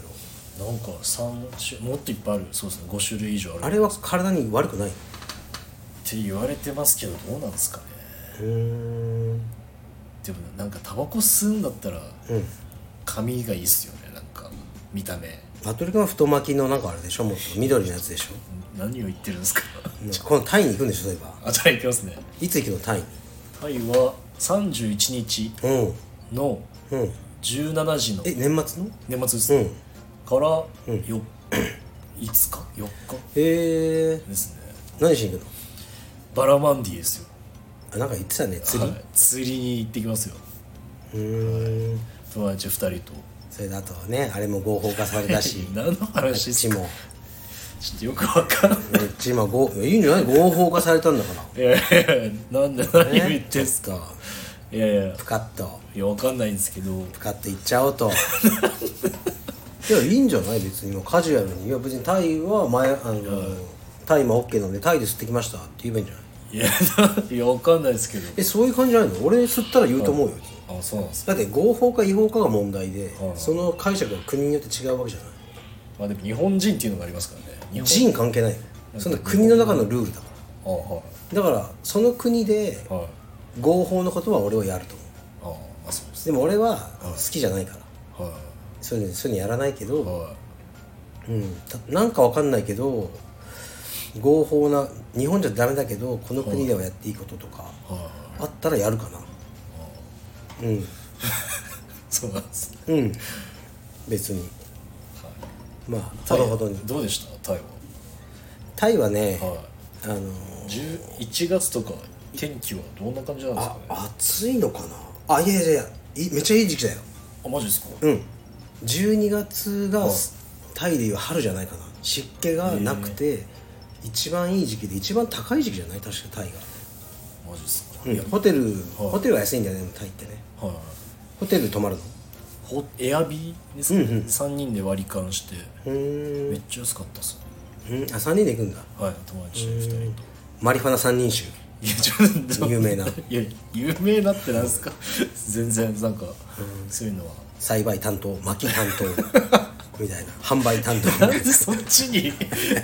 ろ
なんか三種もっといっぱいあるそうですね5種類以上あ
あ
るっ
れは体に悪くない
て言われてますけどどうなんですかね
うーん
でもなんかタバコ吸うんだったら
うん
髪がいいっすよねなんか見た目
パトリ君は太巻きのなんかあれでしょもっと緑のやつでしょ
何を言ってるんですか
なんかこのタイに行くんでしょそういえば
あじゃあ行きますね
いつ行くのタイに
タイは31日
うん
の
うん
17時の
え年末の
年末です
う
ね、
ん
からよ、5日4日
えー、
ですね
何しに行くの
バラマンディですよ
あなんか言ってたね釣り、
はい釣りに行ってきますよ
うーん
友達2人と
それだとねあれも合法化された し
何の話
う
です
ち
か
も
ちょっとよくわかんないう
ちも合いいんじゃない合法化されたんだから
いやいやいやなんで何言ってんすか
か
いやいや
プカッと
いやわかんないんですけど
プカッと行っちゃおうと いやいいんじゃない別にもうカジュアルにいや別にタイは前あのタイも OK なんでタイで吸ってきましたって言えばいいんじゃない
いやないやわかんないですけど
えそういう感じじゃないの俺吸ったら言うと思うよ、
あそうなんです
だ
ね
って合法か違法かが問題で、
はい
その解釈が国によって違うわけじゃない
まあでも日本人っていうのがありますからね日本
人関係ないよそんな国の中のルールだか
あは
らだからその国で
いはい
合法のことは俺はやると思
ああそうで
う
す
でも俺は好きじゃないから
は
そういうのそういうのやらないけど、
いは
うん、たなんかわかんないけど合法な日本じゃダメだけどこの国ではやっていいこととか
いはい
あったらやるかなうん
そうなんですね
うん別にまあほどほどに
どうでしたタイ
タイはね
ははい
あの
11月とか天気はどんな感じなんですかねあ
あ暑いのかなあいやいやいやいめっちゃいい時期だよ
マジですか
うん12月が
はい
タイでいう春じゃないかな湿気がなくて一番いい時期で一番高い時期じゃない確かタイが
マジですか、
うん
いや
ホテル、ホテルは安いんだよねタイってね
はい
ホテル泊まるの
ほエアビーですね、3人で割り勘して
うーん
めっちゃ安かったっす
うんあ三人で行くんだ
はい友達2人と
マリファナ三人衆
いやちょっと
有 名ない
や有名なってなんですか全然なんかそういうのは
栽培担当薪担 当みたいな販売担当
なんでそっちに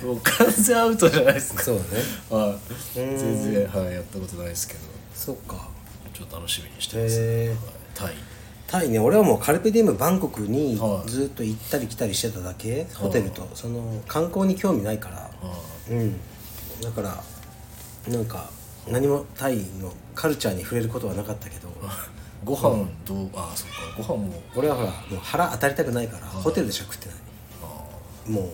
もう完全アウトじゃないですか
そうだね
はい全然はいやったことないですけど
そっか
ちょっと楽しみにしてます、
へえ
はいタイ
タイね俺はもうカルペディウムバンコクに
はい
ずっと行ったり来たりしてただけ、ホテルとその観光に興味ないから、
あ
うんだからなんか何もタイのカルチャーに触れることはなかったけど
ご飯どう、ああそっかご飯も
俺はほらもう腹当たりたくないからホテルでしか食ってない
あ
もう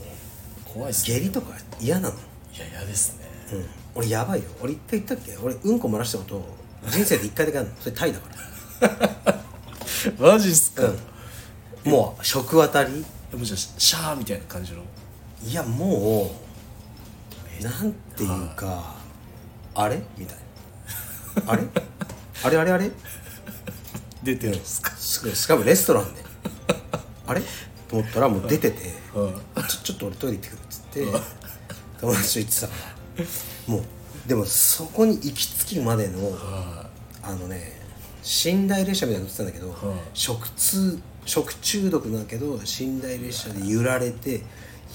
ー怖いっすね
下痢とか嫌なの
いや嫌ですね
うん、俺やばいよ俺一回言ったっけ俺うんこ漏らしたこと人生で一回だけあるのそれタイだか
マジっすか、
らもう食あたり
もうじゃあシャーみたいな感じの
いやもうなんていうかあれみたいなあれあれあれあれ
出てるんですか
すごいしかもレストラ ンであれと思ったらもう出てて
うん
ちょちょっと俺トイレ行ってくるっつって友達と行ってたからもうでもそこに行き着きまでのあのね寝台列車みたいなの乗ってたんだけど食通食中毒なんだけど寝台列車で揺られて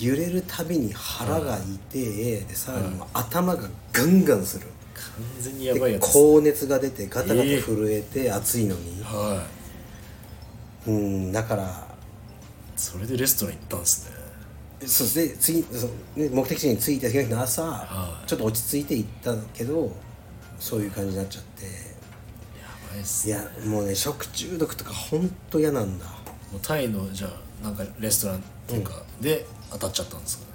揺れるたびに腹が痛えでさらにもう頭がガンガンする
完全にやばいやつ
高熱が出てガタガタ震えて暑いのに
は
うんだから
いそれでレストラン行ったんですね
そうですね次そうね目的地に着いた次の日の朝、
は
ちょっと落ち着いて行ったけどそういう感じになっちゃって
やばいっす
い
ね
やもうね食中毒とかほんと嫌なんだ
もうタイのじゃあなんかレストランっていうか、で当たっちゃったんですかね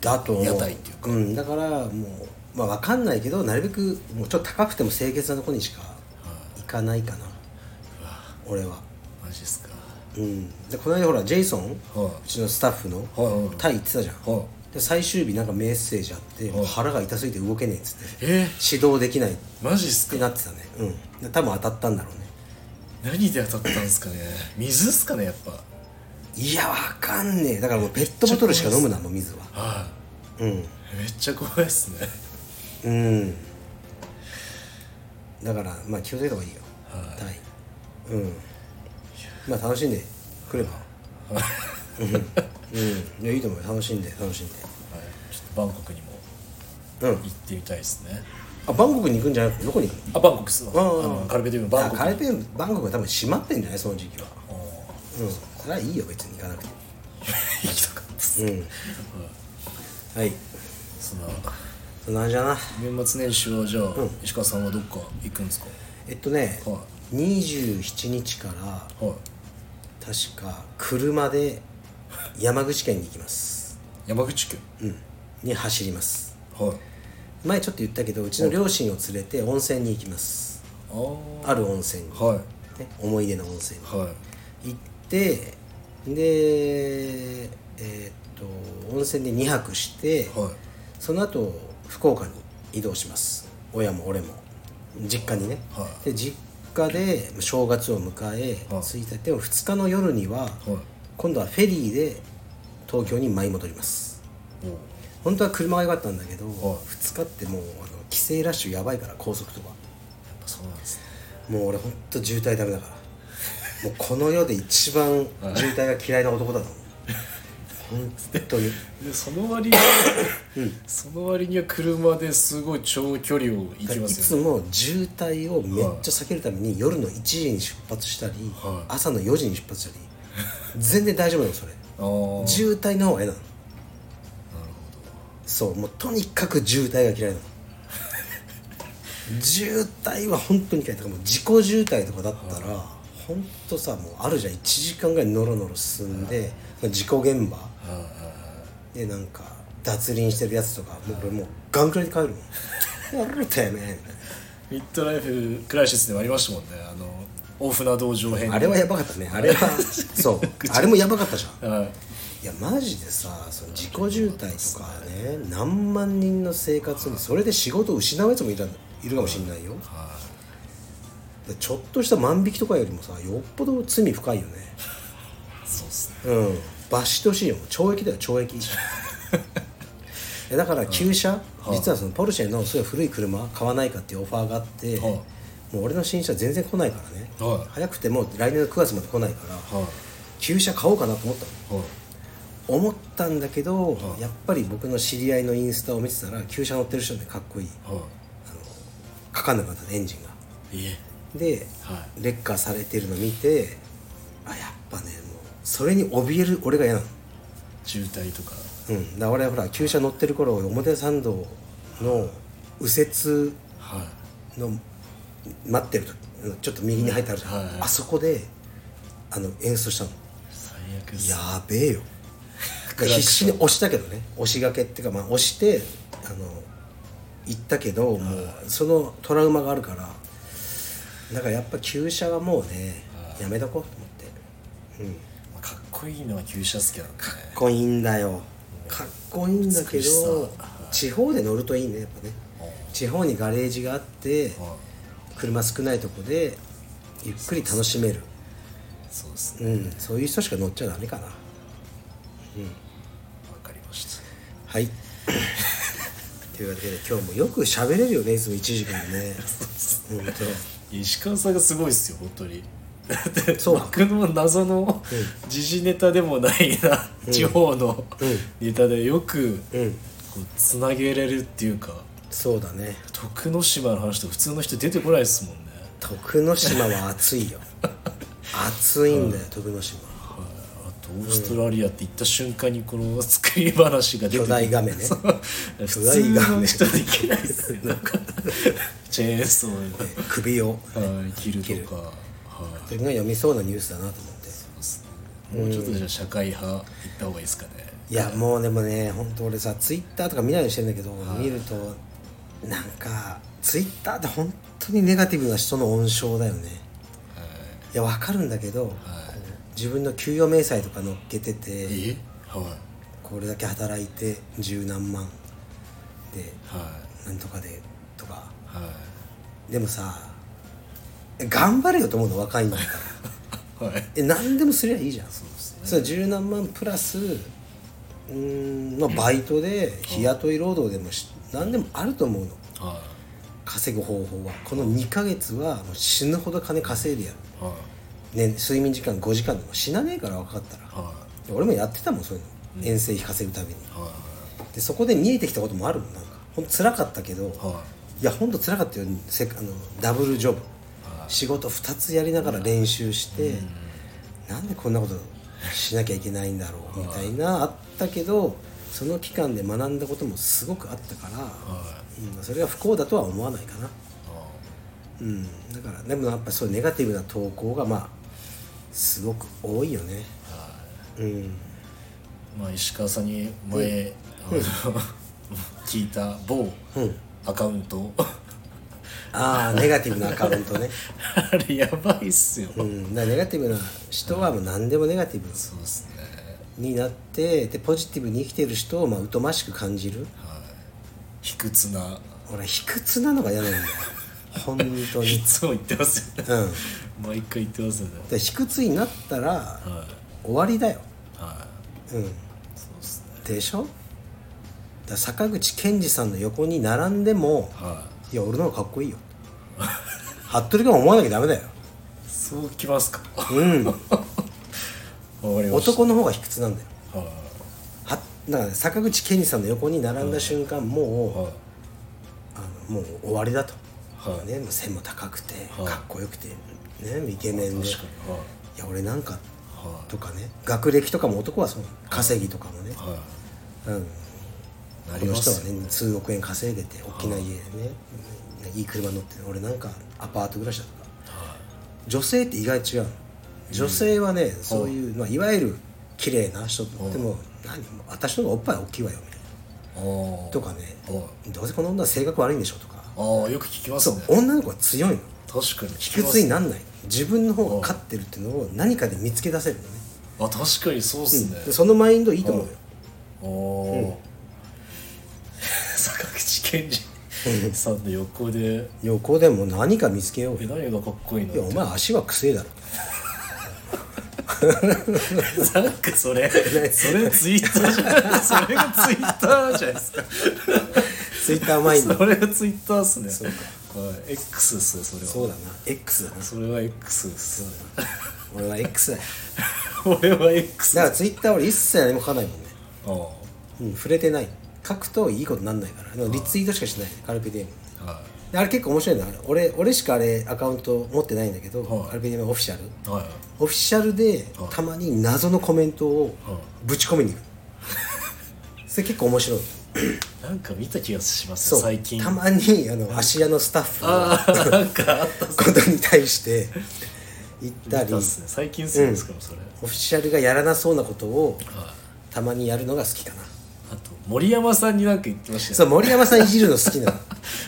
だと思う
屋台っていうか
ん、だからもうまあわかんないけどなるべくもうちょっと高くても清潔なとこにしか行かないかな、俺は
マジっすか
うんでこの間ほらジェイソン、
はいう
ちのスタッフの、
はいはい
タイ行ってたじゃん、
はい
で最終日なんかメッセージあって、もう腹が痛すぎて動けねえっつって
え
指導できないっ
ー、マジっす
て
か
なってたねうん多分当たったんだろうね
何で当たったんですかね水っすかねやっぱ
いやわかんねえだからもうペットボトルしか飲むなの水は
は
うん
いめっちゃ怖いっすね
うんだからまあ気をつけた方がいいよタイうんまあ楽しんでくればうん、うん、いやいいと思うよ楽しんで楽しんで
はい、ちょっとバンコクにも
うん
行ってみたいですね。
あバンコクに行くんじゃなくてどこに行くの
あ、バンコクっすわ。あ
うん
のカルペディウムバンコ
あカ
ク。
ルペディウムバンコクは多分閉まってんじゃないその時期は
おー
うんそれはいいよ別に行かなくて
行きたかったっす。
うんはい
その
そんな感じだな
年末年始はじゃあ、石川さんはどっか行くんですか。
えっとね、
は
27日から
はい。
確か車で山口県に行きます、
山口県。
うん、に走ります
はい。
前ちょっと言ったけどうちの両親を連れて温泉に行きます
ああ。
ある温泉に、
はい。
ね、思い出の温泉に
はい。
行ってでえーっと温泉で2泊して、
はい。
その後福岡に移動します親も俺も実家にね、
は
で実家で正月を迎え、
はい
1日でも2日の夜には、
はい。
今度はフェリーで東京に舞い戻ります
おー
本当は車が良かったんだけど、
はい
2日ってもうあの帰省ラッシュやばいから高速とか
やっぱそうなんですね。
もう俺ほんと渋滞ダメだ からもうこの世で一番渋滞が嫌いな男だと 思う本当に
でその割には、その割には車ですごい長距離を行き
い
ます
つ
よね
も渋滞をめっちゃ避けるために夜の1時に出発したり、
はい
朝の4時に出発したり全然大丈夫なのそれ
あー
渋滞の方が嫌なのそうもうとにかく渋滞が嫌いなの渋滞は本当に嫌いだからもう自己渋滞とかだったら、本当さもうあるじゃん1時間ぐらいノロノロ進んで、その事故現場でなんか脱輪してるやつとかもう俺もうガンくらいで帰る もんやるてめえみたいな
ミッドライフクライシスでもありましたもんねあの大船道上編
あれはやばかったねあれ はそうあれもやばかったじゃん
はい
いやマジでさその自己渋滞とかね何万人の生活にそれで仕事を失うやつもいるいるかもしれないよでちょっとした万引きとかよりもさよっぽど罪深いよね
そうっすね
うん罰してほしいよ懲役だよ懲 役いやだから旧車、実はそのポルシェのそういう古い車買わないかっていうオファーがあって、
はい
もう俺の新車全然来ないからね、
はい
早くてもう来年の9月まで来ないから、
はい
旧車買おうかなと思ったの
はい
思ったんだけど、やっぱり僕の知り合いのインスタを見てたら旧車乗ってる人でかっこいい
は
かかんなかったねエンジンが
いいえ
で、
は
劣化されてるの見てあやっぱねもうそれに怯える俺が嫌なの
渋滞とか
うんだから俺はほら旧車乗ってる頃表参道の右折
はい
の待ってる時ちょっと右に入ってあるじゃん、
はいはい
あそこであの演奏したの
最悪っす
やべえ よ必死に押したけどね押しがけっていうかまあ押してあの行ったけどもうそのトラウマがあるからだからやっぱ旧車はもうねやめとこうと思ってうん
まあかっこいいのは旧車好きなんでね
かっこいいんだよかっこいいんだけ
美しさ
ど地方で乗るといいねやっぱね地方にガレージがあって
はい
車少ないとこでゆっくり楽しめる
そうですね
うんそういう人しか乗っちゃダメかな
わかりました
はいというわけで今日もよく喋れるよねいつも1時間ね本
石川さんがすごいっすよ本当にだって
そう
僕の謎の時事ネタでもないな、地方のネタでよく
当うん
こうつなげれるっていうか
そうだね
徳之島の話と普通の人出てこないですもんね
徳之島は暑いよ暑いんだよ徳之島
はいあとオーストラリアって行った瞬間にこの作り話が出て
巨大画面ね
そう普通の人できないっすよなんかチェーンソーで
首を
はい切るとかはい
それが読みそうなニュースだなと思って
そうっすねもうちょっとじゃあ社会派行った方がいいですかね
いやもうでもね本当俺さツイッターとか見ないようにしてんだけど、見るとなんかツイッターって本当にネガティブな人の温床だよねいやわかるんだけど、こう自分の給与明細とか載っけてて、
えはい
これだけ働いて十何万で
はい
なんとかでとか
は
でもさ頑張れよと思うの若いんだから
いはい
え何でもすりゃいいじゃん
そうですね
その十何万プラスうーんのバイトで日雇い労働でもし何でもあると思うの
は
稼ぐ方法はこの2ヶ月はもう死ぬほど金稼いでやる、
いはい
ね、睡眠時間5時間でも死なねえから分かったら
は
俺もやってたもんそういうの遠征費稼ぐために
いは
でそこで見えてきたこともあるもんなんかほんと辛かったけど、
いはい
やほんと辛かったよせあのダブルジョブ仕事2つやりながら練習して、なんでこんなことしなきゃいけないんだろうみたいなあったけどその期間で学んだこともすごくあったから、うん、それが不幸だとは思わないかな、うん、だからでもやっぱりそういうネガティブな投稿がまあすごく多いよね、うん
まあ石川さんに前、あの聞いた某アカウント、
ああネガティブなアカウントね、
あれやばいっすよ、
うん、だからネガティブな人はもう何でもネガティブ
そうですね
になってでポジティブに生きてる人をまあ疎ましく感じる
卑屈な
俺卑屈なのが嫌なんだよ本当
い
に
つも言ってますよね、毎回言ってますよね
で卑屈になったら
はい
終わりだよ
は
うん
いそうですね
でしょだから坂口健二さんの横に並んでも
はい
や俺の方がかっこいいよ服部君は思わなきゃダメだよ
そうきますか
うん
わかりました
男の方が卑屈なんだよ
はい
はだから、ね、坂口健二さんの横に並んだ瞬間、も
は
う
い
あのもう終わりだと、
はい
ね、もう背も高くて、
はい
かっこよくて、ね、イケメンでい
確かにはい
や俺なんか
は
とかね学歴とかも男はそう稼ぎとかもね、
は
うん、
い
こ
なり
の
ま
人は
す
ね数億円稼いでて大きな家でね、うんいい車乗ってる俺なんかアパート暮らしだとか
は
女性って意外と違うの女性はね、そういう、まあ、いわゆる綺麗な人とでも何もう私の方がおっぱい大きいわよみたい
いああ
なとかね
は
どうせこの女は性格悪いんでしょとか
いああよく聞きますね
女の子は強いの
確かに
卑屈に
な
なんない自分の方が勝ってるっていうのを何かで見つけ出せるのね
あ確かにそうっすね
でそのマインドいいと思うよ
おおー坂口健二さんの横で
横でも何か見つけよう
え
よ
何がかっこいいの
いやお前足はくせえだろ
なんかそれそれツイッターじゃないそれがツイッターじゃないですか
ツイッターマイン ド
それがツイッターっすねそうか、はい、X っすねそれは
そうだな X だな
それは X っす
俺は X だよ
俺は X
だ
あ
からツイッター俺一切何も書かないもんね、
あ
うん、触れてない書くといいことなんないからでもリツイートしかしないカルペディエム
は
であれ結構面白いのあれ俺俺しかあれアカウント持ってないんだけど、
はい
カルペディエムオフィシャル
いはい
オフィシャルで
はい
たまに謎のコメントを
はい
ぶち込みに行く それ結構面白い
なんか見た気がします
そう
ね最近
たまにあの芦屋のスタッフの
ああなんかあったっす
ことに対 して言った
見
り
たっすね最近っすねしかもそれ、はい
オフィシャルがやらなそうなことをたまにやるのが好きかな
あと森山さんになんか言ってました
そう
よね
森山さんいじるの好き な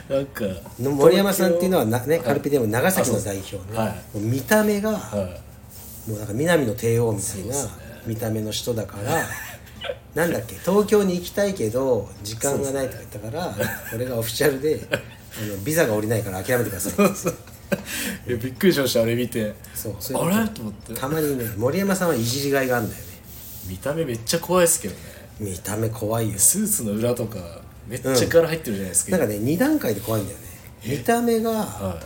の
なんか
の森山さんっていうのはな、ね、
い
カルピディエム長崎の代表ね、
はい
もう見た目が、
は
もうなんか南の帝王みたいな見た目の人だから、 なんだっけ東京に行きたいけど時間がないとか言ったから、俺がオフィシャルであのビザが下りないから諦めてください
いいやびっくりしましたあれ見て
そうそういうこと
あれと思って
たまにね森山さんはいじりがいがあるんだよね
見た目めっちゃ怖いですけどね
見た目怖いよ
スーツの裏とかめっちゃ柄入ってるじゃないですか、
なんかね2段階で怖いんだよね見た目が
はい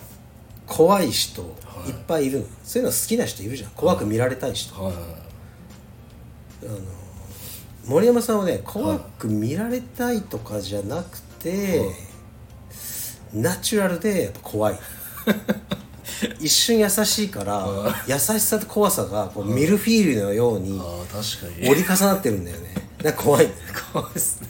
怖い人いっぱいいるのそういうの好きな人いるじゃん怖く見られたい人
はいはい
森山さんはね怖く見られたいとかじゃなくて、ナチュラルでやっぱ 怖い一瞬優しいから優しさと怖さがこうミルフィーユのように
ああ確かに
折り重なってるんだよねなんか怖い
怖いですね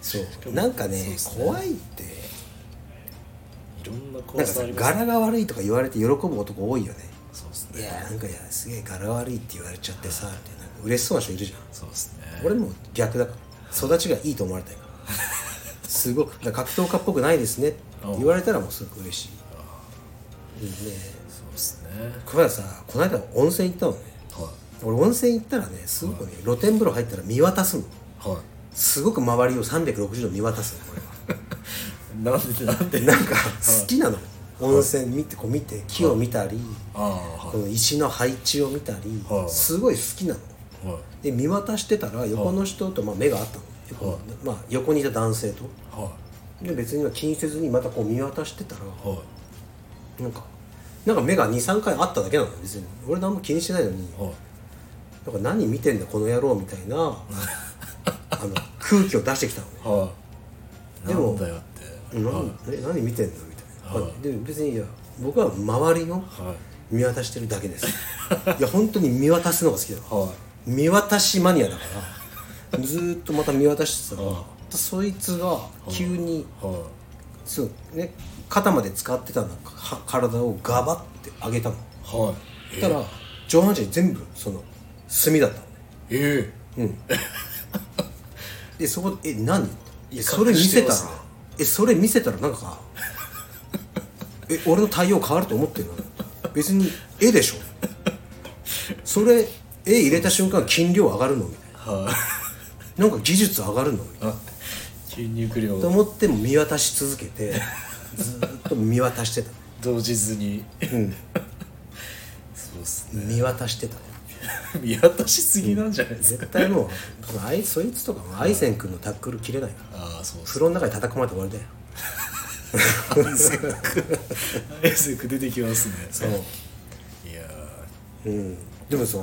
そうなんかね怖いって
いろんな
な
怖
んか
さ
さ
ありますね
柄が悪いとか言われて喜ぶ男多いよね
そうです
い
ね
やーなんかいやすげえ柄悪いって言われちゃってさみたいななんか嬉しそうな人いるじゃん
そうですね
俺も逆だから育ちがいいと思われ たいからすごくだから格闘家っぽくないですねって言われたらもうすごく嬉しいいいね
そうですね
これはさこの間温泉行ったのね
は
俺温泉行ったらねすごくね露天風呂入ったら見渡すの
いは
すごく周りを360度見渡すのこれはい
なんでなんで
でなんか好きなの温泉見てこう見て木を見たり
ああは
この石の配置を見たり
はい
すごい好きなの
いはい
で見渡してたら横の人とまあ目が合ったの
は
横,、まあ、横にいた男性と
は
で別には気にせずにまたこう見渡してたら
いはい
なんかなんか目が23回あっただけなの別に俺何も気にしてないのに
はい
なんか何見てんだこの野郎みたい なあの空気を出してきたのね
はい
で
な
も
んだよって
何え何見てんのみたいな、
は
で別にいや僕は周りの
はい
見渡してるだけですいや本当に見渡すのが好きだの
は
見渡しマニアだからずーっとまた見渡してたら
は
そいつが急に
いは
そうね肩まで使ってたなんかは体をガバって上げたの
いはい
そしたら上半身全部その炭だったのね
ええ
でそこで「え何?」
威
え
嚇
それ見せたら、
してますね
えそれ見せたらなん かえ俺の対応変わると思ってるの別に絵でしょそれ絵入れた瞬間筋量上がるのみたい
はい
ななんか技術上がるのみたいな
あ筋肉量
と思っても見渡し続けてずーっと見渡してた
動じずにそうっすね
見渡してた
見渡しすぎなんじゃないですか
絶対もう多分あいそいつとかもアイセン君のタックル切れないから
ああそうっす
風呂の中で叩くまれて終わりだよ
アイゼックアイゼック出てきますねそういや
うん、でもさ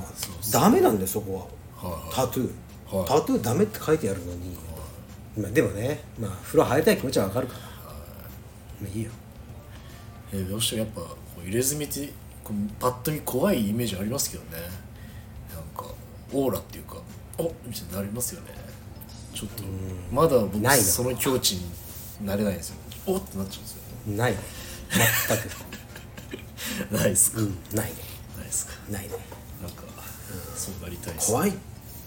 ダメなんだよそこは、
はい
タトゥー、
はい
タトゥーダメって書いてあるのに、まあ、でもね、まあ、風呂入りたい気持ちはわかるから、まあ、いいよ
ーえーどうしてもやっぱこう入れ墨ってこうパッと見怖いイメージありますけどねなんかオーラっていうかおみたいになりますよねちょっとまだ僕
ないな
その境地になれないんですよおってなっちゃうんですよ
ないね全く、うん、ないね
ねないっすか、ないっすか
ないね
なんか、そうなりたいっす
怖いっ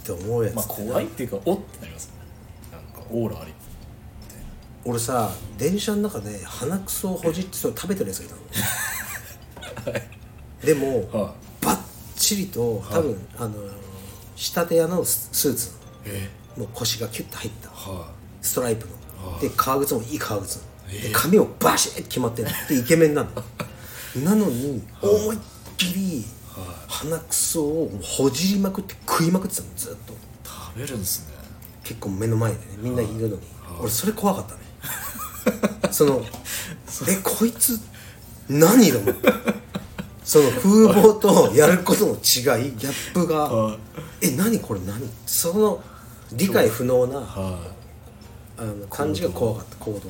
て思うやつ、
まあ怖いっていうかおってなりますねなんかオーラあり
俺さ電車の中で鼻くそをほじってそれ食べてるやつがいたの、でも、
は
バッチリと多分、あのー仕立て屋のススーツ
いえ
もう腰がキュッと入った
は
ストライプので革靴もいい革靴の、
え
で髪もバシッて決ま ってるでイケメンなのなのに思いっきり鼻くそをほじりまくって食いまくってたのずっと
い食べるんですね
結構目の前でねみんないるのに俺それ怖か ったねそのえこいつ何だもんその風貌とやることの違いギャップ
は
がえ何これ何その理解不能な
は
あの感じが怖かった行動が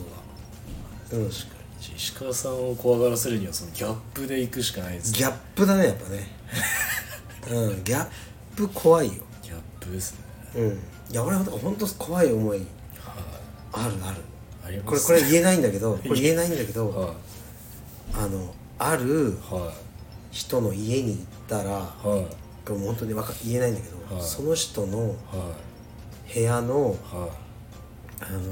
うんギ
いじゃあ石川さんを怖がらせるにはそのギャップで行くしかないですね
ャップだねやっぱねうんギャップ怖いよ
ギャップですね
うんいや俺は本当怖い思いあるある
あり
こ
ま
れ
す
これ言えないんだけ どこれ言えないんだけど
は
あのある
いは
人の家に行ったら
いはいはい
これもう本当にわか言えないんだけど、
はい
その人の部屋の、
は
あのー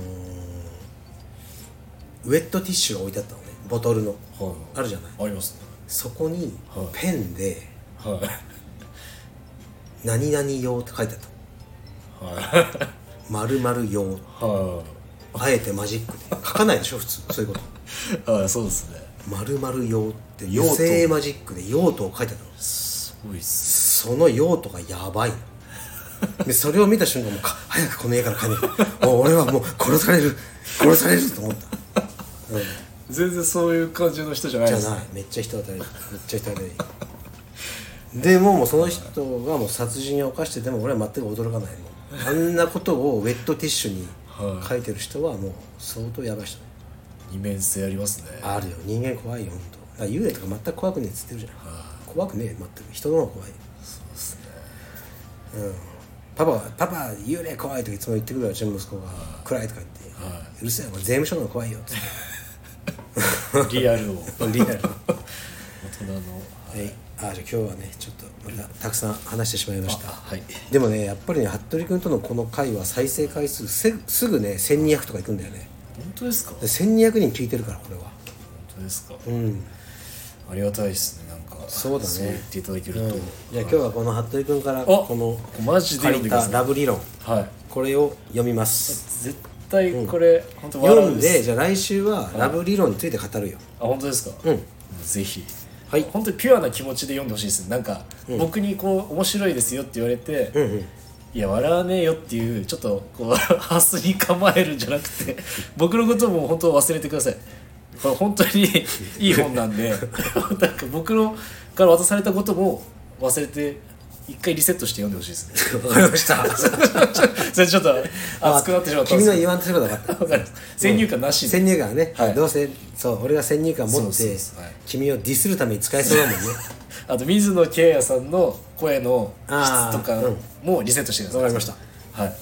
ウェットティッシュが置いてあったのねボトルの
いはい
あるじゃない
ありますね
そこに
はい
ペンで
はい
「何々用」って書いてあった
はい
「〇〇用
は」
あえてマジックで書かないでしょ普通そういうこと
いはいそうですね
「〇〇用」って
用途
油性マジックで用途を書いてあったの
すごいっす
その用途がやばいのでそれを見た瞬間もうか早くこの家から帰んなきゃもう俺はもう殺される殺されると思った
全然そういう感じの人じゃない
じ
で
ゃ
すね
ないめっちゃ人当たりめっちゃ人当たりでもうもうその人がもう殺人を犯してでも俺は全く驚かないもうあんなことをウェットティッシュに
はい
書いてる人はもう相当やばい人
二面性ありますね
あるよ人間怖いよほんとだから幽霊とか全く怖くねえっつってるじゃん怖くねえよ全く人の方が怖い
そうですね
うんパパが「パパ幽霊怖い」とかいつも言ってくるからうちの息子が「暗い」とか言って
は
「うるせえよお前税務署の方が怖いよ」って
リアルを大
リアル
人の
はいあじゃあ今日はねちょっとまたたくさん話してしまいまし
あ
た
はい
でもねやっぱりね服部君とのこの回は再生回数せすぐね1200とかいくんだよね
本当ですか
で1200人聞いてるからこれは
本当ですか、
うん
ありがたいですねなんか
そうだね
言っていただけると、
じゃあ今日はこの服部君から
お
この
マジで
借
読ん
り
でくだ
た
さい
ラブ理論
はい
これを読みます
絶対これ、本当笑
読
うんです
でじゃあ来週はラブ理論について語るよ
あ本当ですか
うん
ぜひ
はい
本当にピュアな気持ちで読んでほしいですなんか、僕にこう面白いですよって言われて、
うんうん
いや笑わねえよっていうちょっとこう ハスに構えるんじゃなくて 僕のことも本当忘れてくださいこれ本当 にいい本なんで なんか僕のから渡されたことも忘れて一回リセットして読んでほしいですね
わかりました
それちょっと熱くなってしまったん
君
です
の
け
言
ど
わんとすることが分かっ
わかります 先入観な
た
しで
先入観はね、
はい
どうせそう俺が先入観持
そう
っ
そう
て
そうはい
君をディスるために使えそうだもんね
あと水野圭也さんの声の
あ
質
ー
とかもリセットしてくださ
わ
い
かりました
はい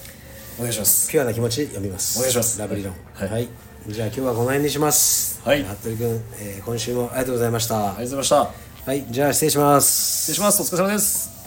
お願いします
ピュアな気持ちで読みます
お願いします
ラブ理論
はい
じゃあ今日はこの辺にします
はい
服部君、えー今週もありがとうございました
ありがとうございました
はいじゃあ失礼します
失礼しますお疲れ様です